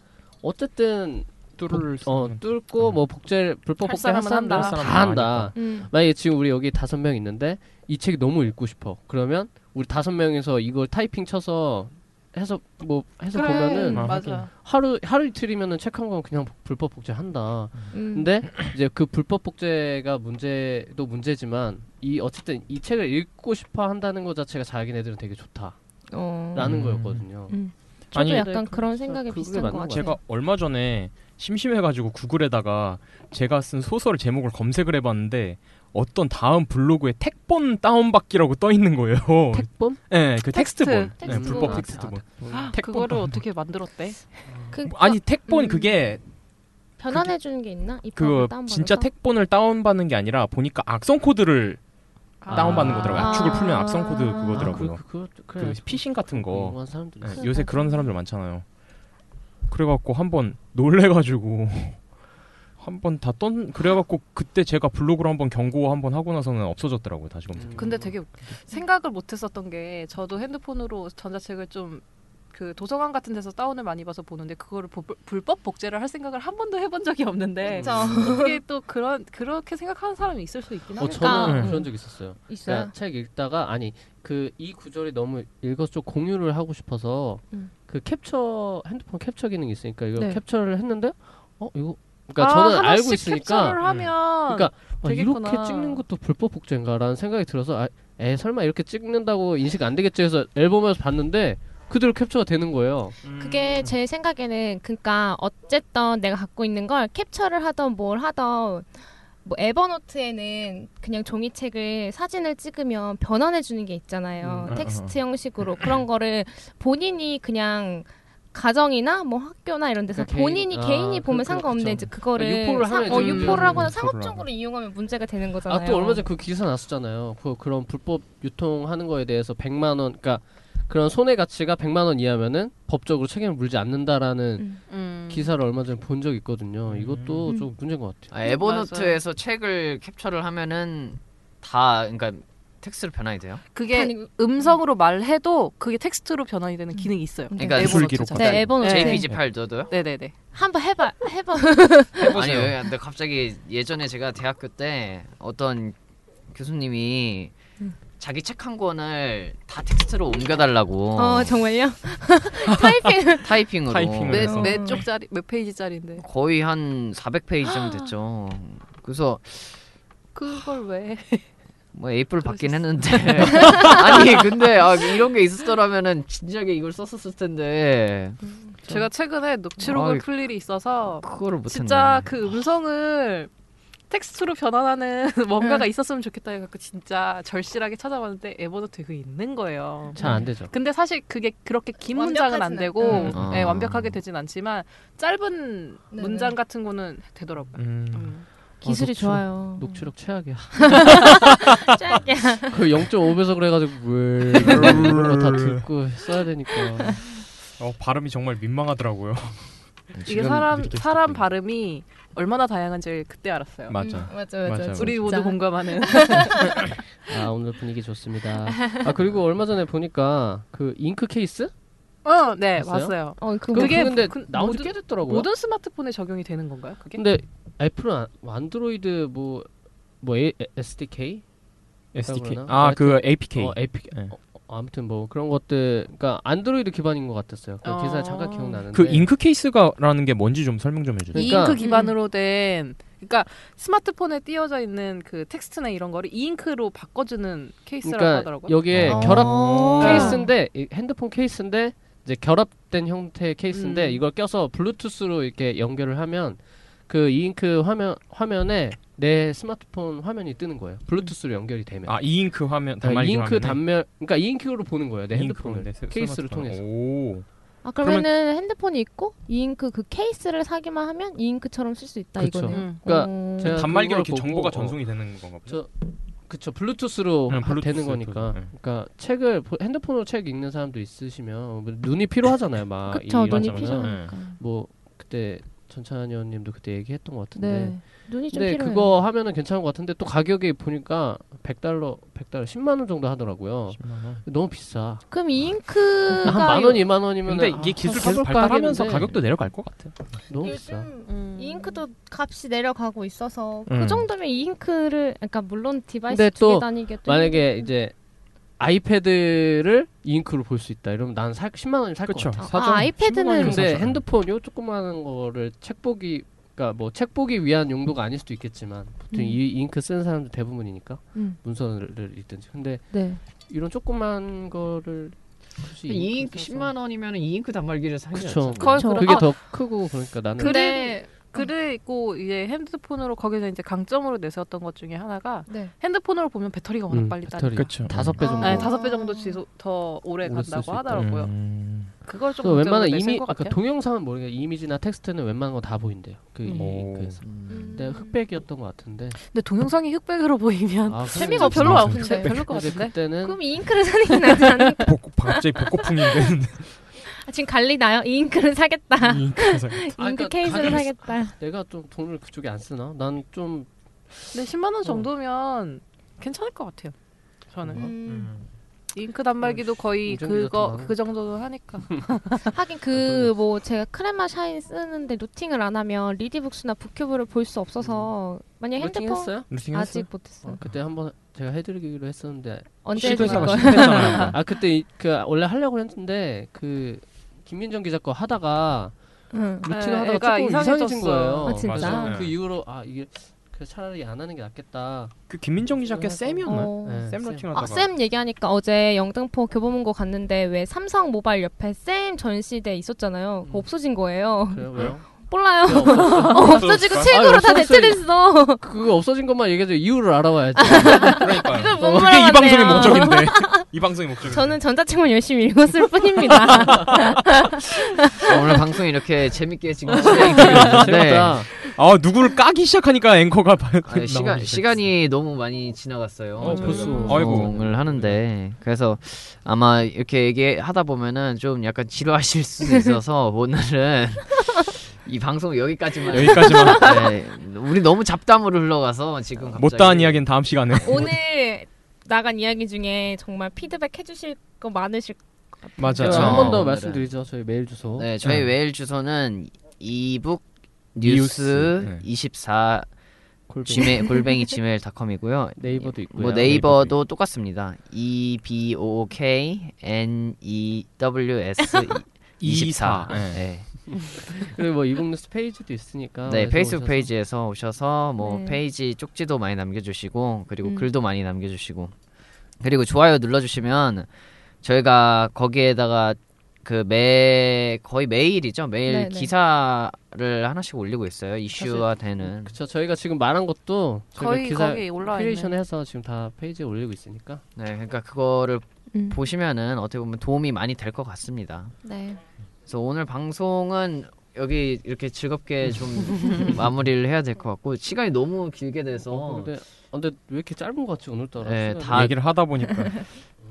S3: 어쨌든
S2: 뚫을
S3: 복- 어, 뚫고 뭐 복제 불법
S6: 할
S3: 복제 할
S6: 사람은
S3: 사람들은 다
S6: 한다.
S3: 한다.
S4: 음.
S3: 만약에 지금 우리 여기 다섯 명 있는데 이 책이 너무 읽고 싶어. 그러면 우리 다섯 명에서 이걸 타이핑 쳐서 해서 뭐 해서 보면은
S2: 아,
S6: 맞아.
S3: 하루 하루 이틀이면은 책 한 권 그냥 복- 불법 복제한다.
S4: 음.
S3: 근데 이제 그 불법 복제가 문제도 문제지만 이 어쨌든 이 책을 읽고 싶어 한다는 것 자체가 자기네들은 되게 좋다라는
S4: 어.
S2: 음.
S3: 거였거든요.
S4: 저도
S2: 아니,
S4: 약간 그런
S3: 진짜
S4: 생각이
S3: 그게
S4: 비슷한
S3: 맞는
S4: 것
S3: 것
S4: 같아요.
S2: 제가 얼마 전에 심심해가지고 구글에다가 제가 쓴 소설 제목을 검색을 해봤는데 어떤 다음 블로그에 택본 다운받기라고 떠 있는 거예요.
S3: 택범?
S2: 네, 그 텍스트본,
S6: 텍스트.
S2: 네,
S4: 음. 텍스트본.
S2: 불법
S4: 아,
S2: 텍스트본.
S6: 그거를 어떻게 만들었대?
S4: 그,
S2: 아니 택본
S4: 음.
S2: 그게
S4: 변환해 주는 게 있나?
S2: 그
S4: 입학을 다운받아서?
S2: 진짜 택본을 다운받는 게 아니라 보니까 악성 코드를
S6: 아.
S2: 다운받는 거더라고요.
S4: 아.
S2: 압축을 풀면 악성 코드 그거더라고요.
S3: 그, 그,
S2: 그, 피싱 같은
S4: 음.
S2: 거.
S3: 한 사람들
S2: 네,
S3: 있어.
S2: 요새 그런 사람들 많잖아요. 그래갖고 한번 놀래가지고 한번 다떤 그래갖고 그때 제가 블로그로 한번 경고 한번 하고 나서는 없어졌더라고요. 다시 검색.
S3: 음.
S6: 근데 되게 웃- 생각을 못 했었던 게 저도 핸드폰으로 전자책을 좀 그 도서관 같은 데서 다운을 많이 봐서 보는데 그거를 보- 불법 복제를 할 생각을 한 번도 해본 적이 없는데 어떻게 또 그런 그렇게 생각하는 사람이 있을 수 있긴
S3: 어,
S6: 하겠다.
S3: 저는
S2: 그러니까.
S4: 네.
S3: 그런 적 있었어요.
S4: 있어요.
S3: 그러니까 책 읽다가 아니 그 이 구절이 너무 읽어서 좀 공유를 하고 싶어서
S4: 음.
S3: 그 캡처 핸드폰 캡처 기능이 있으니까 이거
S4: 네.
S3: 캡처를 했는데 어 이거 그러니까
S5: 아,
S3: 저는
S5: 하나씩
S3: 알고 있으니까
S5: 캡처를 하면
S3: 그러니까 아,
S5: 되겠구나.
S3: 이렇게 찍는 것도 불법 복제인가라는 생각이 들어서 아, 에 설마 이렇게 찍는다고 인식 안 되겠지 해서 앨범에서 봤는데 그대로 캡처가 되는 거예요. 음.
S4: 그게 제 생각에는 그러니까 어쨌든 내가 갖고 있는 걸 캡처를 하던 뭘 하던 뭐 에버노트에는 그냥 종이책을 사진을 찍으면 변환해 주는 게 있잖아요.
S3: 어,
S7: 음.
S4: 텍스트 형식으로 그런 거를 본인이 그냥 가정이나 뭐 학교나 이런 데서
S3: 그러니까
S4: 본인이
S3: 개인- 아,
S4: 개인이
S3: 그-
S4: 보면
S3: 그-
S4: 상관없는데
S3: 그쵸.
S4: 이제 그거를
S3: 유포를 하면
S4: 어,
S3: 이제
S4: 유포를 하거나
S7: 유포를
S4: 상업적으로
S7: 하고.
S4: 이용하면 문제가 되는 거잖아요.
S3: 아 또 얼마 전에 그 기사 났었잖아요. 그 그런 불법 유통하는 거에 대해서 100만 원, 그러니까 그런 손해 가치가 100만 원 이하면은 법적으로 책임을 물지 않는다라는
S4: 음.
S6: 음.
S3: 기사를 얼마 전에 본 적 있거든요. 이것도
S4: 음.
S3: 좀 문제인 것 같아요.
S1: 아, 에버노트에서 책을 캡처를 하면은 다 그러니까 텍스트로 변환이 돼요.
S6: 그게
S4: 아니, 네, 음.
S6: 음성으로 말해도 그게 텍스트로 변환이 되는 기능이 있어요.
S1: 그러니까
S6: 네,
S7: 기술
S6: 에버노트
S7: 기록
S6: 자체.
S4: 네, 에버노트
S1: JPG 파일 넣어둬요?
S6: 네네네.
S4: 한번 해봐 해봐.
S1: 아니요. 근데 갑자기 예전에 제가 대학교 때 어떤 교수님이 자기 책 한 권을 다 텍스트로 옮겨달라고
S4: 어 정말요?
S3: 어,
S4: 타이핑
S1: 타이핑으로
S7: 타이핑으로
S1: 네,
S4: 그래서.
S6: 몇몇 쪽짜리 몇
S3: 음.
S6: 페이지짜리인데
S1: 거의 한 400페이지 정도 됐죠. 그래서
S6: 그걸 왜?
S1: 뭐 에이프를 받긴 했는데 아니 근데 아, 이런 게 있었더라면은 진작에 이걸 썼었을 텐데
S6: 제가 최근에 녹취록을
S1: 아이.
S6: 풀 일이 있어서
S1: 그거를 못했네.
S6: 진짜 그 음성을 텍스트로 변환하는 뭔가가 있었으면 좋겠다 해갖고 진짜 절실하게 찾아봤는데 에버노트에 그게 있는 거예요.
S3: 잘
S1: 네.
S3: 안 되죠.
S6: 근데 사실 그게 그렇게 긴 문장은 안
S4: 완벽하진
S6: 되고
S4: 않-
S1: 음.
S6: 예,
S1: 아.
S6: 완벽하게 되진 않지만 짧은
S4: 네네.
S6: 문장 같은 거는 되더라고요.
S7: 음.
S6: 음.
S4: 기술이
S3: 아, 녹취록-
S4: 좋아요.
S3: 녹취록 최악이야.
S4: 짧게.
S3: 그 0.5배속을 해가지고 물 이런 거다 듣고 써야 되니까.
S7: 어, 발음이 정말 민망하더라고요.
S3: 음.
S6: 이게
S7: 지금
S6: 사람
S7: 느끼고
S6: 사람
S7: 있었거든요.
S6: 발음이 얼마나 다양한지 그때 알았어요.
S7: 맞아.
S4: 음, 맞아, 맞아.
S7: 맞아, 맞아.
S6: 우리 모두
S4: 진짜.
S6: 공감하는.
S3: 아 오늘 분위기 좋습니다. 아 그리고 얼마 전에 보니까 그 잉크 케이스?
S6: 어, 네,
S3: 봤어요?
S6: 봤어요.
S4: 어, 그
S6: 그게
S3: 그거 근데
S6: 그-
S3: 나온 지
S6: 모든-
S3: 꽤 됐더라고요.
S6: 모든 스마트폰에 적용이 되는 건가요? 그게?
S3: 근데 애플은 안- 뭐 안드로이드 뭐, 뭐 A, SDK?
S7: SDK.
S3: 그러나?
S7: 아, 그 APK.
S3: 어, APK.
S7: 네.
S3: 어, 어, 아무튼 뭐 그런 것들, 그러니까 안드로이드 기반인 것 같았어요. 그
S6: 어.
S3: 기사에 잠깐 기억나는데.
S7: 그 잉크 케이스가라는 게 뭔지 좀 설명 좀 해주세요.
S3: 네.
S6: 이
S3: 그러니까-
S6: 잉크 기반으로 된 그러니까 스마트폰에 띄어져 있는 그 텍스트나 이런 거를 이 잉크로 바꿔주는 케이스라고
S3: 그러니까
S6: 하더라고요.
S3: 여기에
S7: 어.
S3: 결합
S4: 어.
S3: 케이스인데 이 핸드폰 케이스인데 이제 결합된 형태의 케이스인데
S6: 음.
S3: 이걸 껴서 블루투스로 이렇게 연결을 하면 그 이잉크 화면 화면에 내 스마트폰 화면이 뜨는 거예요. 블루투스로 연결이 되면.
S7: 아, 이 잉크 화면
S3: 그러니까
S7: 단말기
S3: 이잉크
S7: 화면에? 네,
S3: 단면 그러니까 이잉크로 보는 거예요. 내
S7: 이잉크로
S3: 핸드폰을
S7: 내 스-
S3: 케이스를
S7: 스마트폰.
S3: 통해서.
S7: 오.
S4: 아 그러면은 핸드폰이 있고 이 잉크 그 케이스를 사기만 하면 이 잉크처럼 쓸 수 있다
S3: 그쵸.
S4: 이거네요.
S6: 음.
S3: 그러니까
S4: 어.
S3: 제가
S7: 단말기로
S3: 그걸
S7: 이렇게
S3: 보고,
S7: 정보가
S3: 어,
S7: 전송이 되는 건가 보죠.
S3: 저- 그쵸 블루투스로
S7: 네,
S3: 하- 되는
S7: 블루투스,
S3: 거니까
S7: 블루투스, 네.
S3: 그러니까 책을 보- 핸드폰으로 책 읽는 사람도 있으시면 뭐 눈이 피로하잖아요 막
S4: 그쵸
S3: 이-
S4: 눈이
S3: 이러잖아요.
S7: 네.
S4: 필요하니까.
S3: 뭐 그때 전찬 의원님도 그때 얘기했던 것 같은데
S4: 네. 눈이 좀
S3: 근데
S4: 필요해요.
S3: 그거 하면은 괜찮은 것 같은데 또 가격이 보니까 100달러, 100달러, 10만 원 정도 하더라고요.
S7: 10만 원.
S3: 너무 비싸.
S4: 그럼 이
S3: 아, 한
S4: 잉크가
S3: 만 원, 2만 아, 원이면
S7: 근데 이게 기술 계속
S3: 네.
S7: 발달하면서 가격도 내려갈 것 같아요.
S3: 너무 비싸.
S4: 요즘
S6: 음.
S4: 이 잉크도 값이 내려가고 있어서
S7: 음.
S4: 그 정도면 이 잉크를 그러니까 물론 디바이스
S3: 근데
S4: 두 개
S3: 또
S4: 다니게
S3: 만약에 이제 아이패드를 잉크로 볼 수 있다. 이러면 난 살, 10만 원이 살것
S7: 그쵸.
S3: 같아.
S4: 아,
S7: 사전
S4: 아이패드는-
S7: 신문이
S3: 근데
S7: 사전.
S3: 핸드폰 요 조그마한 거를 책 보기 그러니까 뭐 책 보기 위한 용도가 아닐 수도 있겠지만 보통
S4: 음.
S3: 이 잉크 쓰는 사람들 대부분이니까
S4: 음.
S3: 문서를 읽든지. 근데
S4: 네.
S3: 이런 조그만 거를 굳이
S1: 이 잉크
S3: 잉크 써서-
S1: 10만 원이면 이 잉크 단말기를 사지
S3: 그쵸.
S1: 않잖아요.
S6: 거의
S4: 그쵸.
S6: 그런
S3: 그렇죠. 그게
S6: 아,
S3: 더 크고 어. 그러니까 나는
S4: 근데
S6: 그리고 이제 핸드폰으로 거기서 이제 강점으로 내세웠던 것 중에 하나가
S4: 네.
S6: 핸드폰으로 보면 배터리가 워낙
S3: 음,
S6: 빨리 따.
S3: 배터리가
S7: 그쵸.
S3: 다섯 배 정도.
S6: 네, 다섯 배 정도 지속 더 오래
S3: 오래 쓸수
S6: 간다고
S3: 있다.
S6: 하더라고요.
S7: 음.
S6: 그걸 좀
S3: 그 웬만한 이미
S6: 것
S3: 아까
S6: 같아요.
S3: 동영상은 모르겠 이미지나 텍스트는 웬만한 거 다 보인대요. 그
S6: 음.
S7: 오.
S3: 잉크에서.
S1: 음.
S3: 근데 흑백이었던 것 같은데.
S6: 근데 동영상이 흑백으로 보이면
S3: 아, 그래서-
S6: 재미가 별로
S7: 없어.
S6: 없
S4: 흑백.
S6: 별로 것
S3: 근데 네.
S6: 같은데.
S3: 그때는
S4: 그럼 이 잉크를 사는 게 낫지 않을까?
S7: 복, 갑자기 복고풍인데
S4: 아, 지금 갈리나요? 이 잉크를 사겠다.
S7: 이 잉크에서
S3: 아,
S4: 잉크
S3: 그러니까
S4: 케이스를
S3: 가격이-
S4: 사겠다.
S3: 내가 좀 돈을 그쪽에 안 쓰나? 난 좀
S6: 근데
S3: 어.
S6: 10만 원 정도면 괜찮을 것 같아요. 저는
S4: 음.
S6: 잉크 단말기도 거의
S3: 인정비가 더
S6: 그거
S3: 많아. 음.
S6: 그 정도는 하니까.
S4: 하긴 그 뭐 제가 크레마 샤인 쓰는데 루팅을 안 하면 리디북스나 북큐브를 볼 수 없어서 만약 네, 핸드폰
S3: 루팅했어요?
S7: 루팅했어요?
S4: 아직 못했어요.
S3: 뭐 어, 그때 한번 제가 해드리기로 했었는데
S4: 언제 해줄
S7: 시도했잖아
S4: 거예요?
S7: 시도했잖아.
S3: 아 그때 이- 그 원래 하려고 했는데 그 김민정 기자 거 하다가
S4: 응.
S3: 루틴을
S5: 에,
S3: 하다가
S5: 애가
S3: 조금 이상해진
S5: 이상해졌어.
S3: 거예요.
S4: 아, 진짜?
S3: 그래서
S7: 맞아요.
S3: 그
S7: 네.
S3: 이후로 아 이게 그 차라리 안 하는 게 낫겠다.
S7: 그 김민정 기자 께 쌤이었나?
S4: 어.
S3: 네,
S7: 쌤
S3: 쌤.
S7: 루팅 하다가
S4: 아, 쌤 얘기하니까 어제 영등포 교보문고 갔는데 왜 삼성 모바일 옆에 쌤 전시대 있었잖아요. 그거
S3: 음.
S4: 없어진 거예요.
S3: 그래요 왜요?
S4: 몰라요.
S3: 없어.
S4: 어, 없어지고
S3: 아,
S4: 책으로 다
S3: 없어졌어요.
S4: 대체됐어.
S3: 그거 없어진 것만 얘기해도 이유를 알아봐야지.
S1: 네.
S7: 그러니까요.
S4: 이걸 못
S7: 어, 이게 이
S4: 물어봤네요.
S7: 방송의 목적인데. 이 방송의 목적인데.
S4: 저는 전자책만 열심히 읽었을 뿐입니다.
S1: 어, 오늘 방송 이렇게 재밌게 지금 진행했는데
S3: 재밌다.
S7: 아 누구를 까기 시작하니까 앵커가 바-
S1: 아,
S7: 나오기
S1: 시간
S7: 시작했어.
S1: 시간이 너무 많이 지나갔어요.
S3: 어,
S1: 저희가
S3: 벌써.
S1: 방송을 하는데 그래서 아마 이렇게 얘기하다 보면은 좀 약간 지루하실 수도 있어서 오늘은 이 방송 여기까지만.
S7: 여기까지만
S1: 네, 우리 너무 잡담으로 흘러가서 지금 갑자기
S7: 못다한 이야기는 다음 시간에
S4: 오늘 나간 이야기 중에 정말 피드백 해주실 거 많으실
S7: 맞아.
S1: 그렇죠.
S3: 한 번 더
S1: 오늘은.
S3: 말씀드리죠. 저희 메일 주소.
S1: 네, 저희
S7: 네.
S1: 메일 주소는 이북
S7: 뉴스,
S1: 뉴스
S7: 네.
S1: 24
S3: 골뱅이.
S1: gmail 골뱅이 gmail.com이고요.
S3: 네이버도 있고요.
S1: 뭐 네이버도 똑같습니다. E B O O K N E W S 24.
S2: 예.
S7: 네.
S1: 네.
S3: 그리고 뭐 이북뉴스 페이지도 있으니까.
S1: 네,
S3: 그래서
S1: 페이스북
S3: 오셔서
S1: 페이지에서 오셔서 뭐
S4: 아, 네.
S1: 페이지 쪽지도 많이 남겨주시고 그리고
S4: 음.
S1: 글도 많이 남겨주시고 그리고 좋아요 눌러주시면 저희가 거기에다가 그 매 거의 매일이죠 매일
S4: 네, 네.
S1: 기사를 하나씩 올리고 있어요 이슈화
S4: 음.
S1: 되는
S3: 그쵸 저희가 지금 말한 것도 저희가
S5: 거의
S3: 기사
S5: 거기 올라와 있는.
S3: 크리에이션해서 지금 다 페이지에 올리고 있으니까
S1: 네 그러니까 그거를
S4: 음.
S1: 보시면은 어떻게 보면 도움이 많이 될 것 같습니다
S4: 네.
S1: 그래서 오늘 방송은 여기 이렇게 즐겁게 좀 마무리를 해야 될 것 같고 시간이 너무 길게
S3: 어,
S1: 돼서
S3: 근데 아, 근데 왜 이렇게 짧은 것 같지 오늘따라
S1: 네,
S3: 시간이.
S1: 다
S7: 얘기를 하다 보니까 네,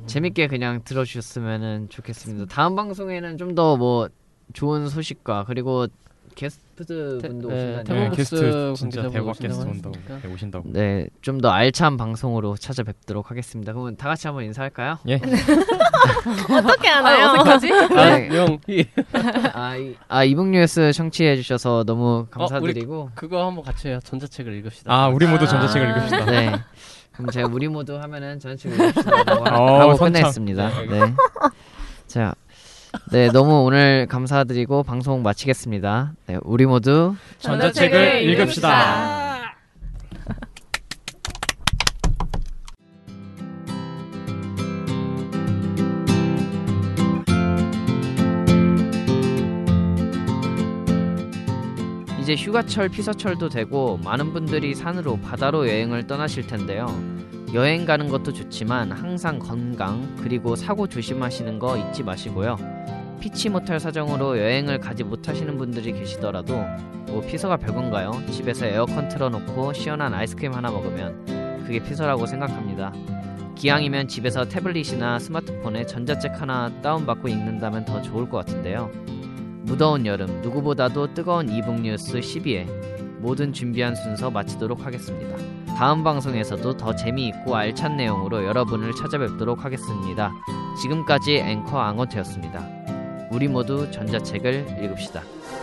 S1: 재밌게 그냥 들어주셨으면 좋겠습니다. 다음 방송에는 좀 더 뭐 좋은 소식과 그리고 게스트
S3: 태-
S1: 분도
S3: 네,
S1: 오신다니
S3: 태국
S7: 네,
S1: 까
S7: 게스트
S3: 분께서
S7: 진짜
S3: 분께서
S7: 대박 게스트
S3: 오신다고
S7: 온다고
S3: 했으니까.
S7: 네, 오신다고.
S1: 네, 좀 더 알찬 방송으로 찾아뵙도록 하겠습니다. 그러면 다 같이 한번 인사할까요?
S7: 예.
S4: 어떻게 하나요?
S3: 아,
S1: 네.
S3: 영 이.
S1: 아, 이, 어, 아 이북뉴스 청취해 주셔서 너무 감사드리고
S3: 그거 한번 같이 해요 전자책을 읽읍시다
S7: 아 우리 모두 전자책을 읽읍시다.
S1: 네. 그럼 제가 우리 모두 하면은 저는 지금 하고
S7: 어,
S1: 하고
S7: 선창.
S1: 끝냈습니다. 네. 자, 네 너무 오늘 감사드리고 방송 마치겠습니다. 네, 우리 모두
S7: 전자책을 읽읍시다.
S1: 이제 휴가철 피서철도 되고 많은 분들이 산으로 바다로 여행을 떠나실 텐데요. 여행 가는 것도 좋지만 항상 건강 그리고 사고 조심하시는 거 잊지 마시고요. 피치 못할 사정으로 여행을 가지 못하시는 분들이 계시더라도 뭐 피서가 별건가요? 집에서 에어컨 틀어놓고 시원한 아이스크림 하나 먹으면 그게 피서라고 생각합니다. 기왕이면 집에서 태블릿이나 스마트폰에 전자책 하나 다운받고 읽는다면 더 좋을 것 같은데요. 무더운 여름 누구보다도 뜨거운 이북 뉴스 12회 모든 준비한 순서 마치도록 하겠습니다. 다음 방송에서도 더 재미있고 알찬 내용으로 여러분을 찾아뵙도록 하겠습니다. 지금까지 앵커 앙호태였습니다. 우리 모두 전자책을 읽읍시다.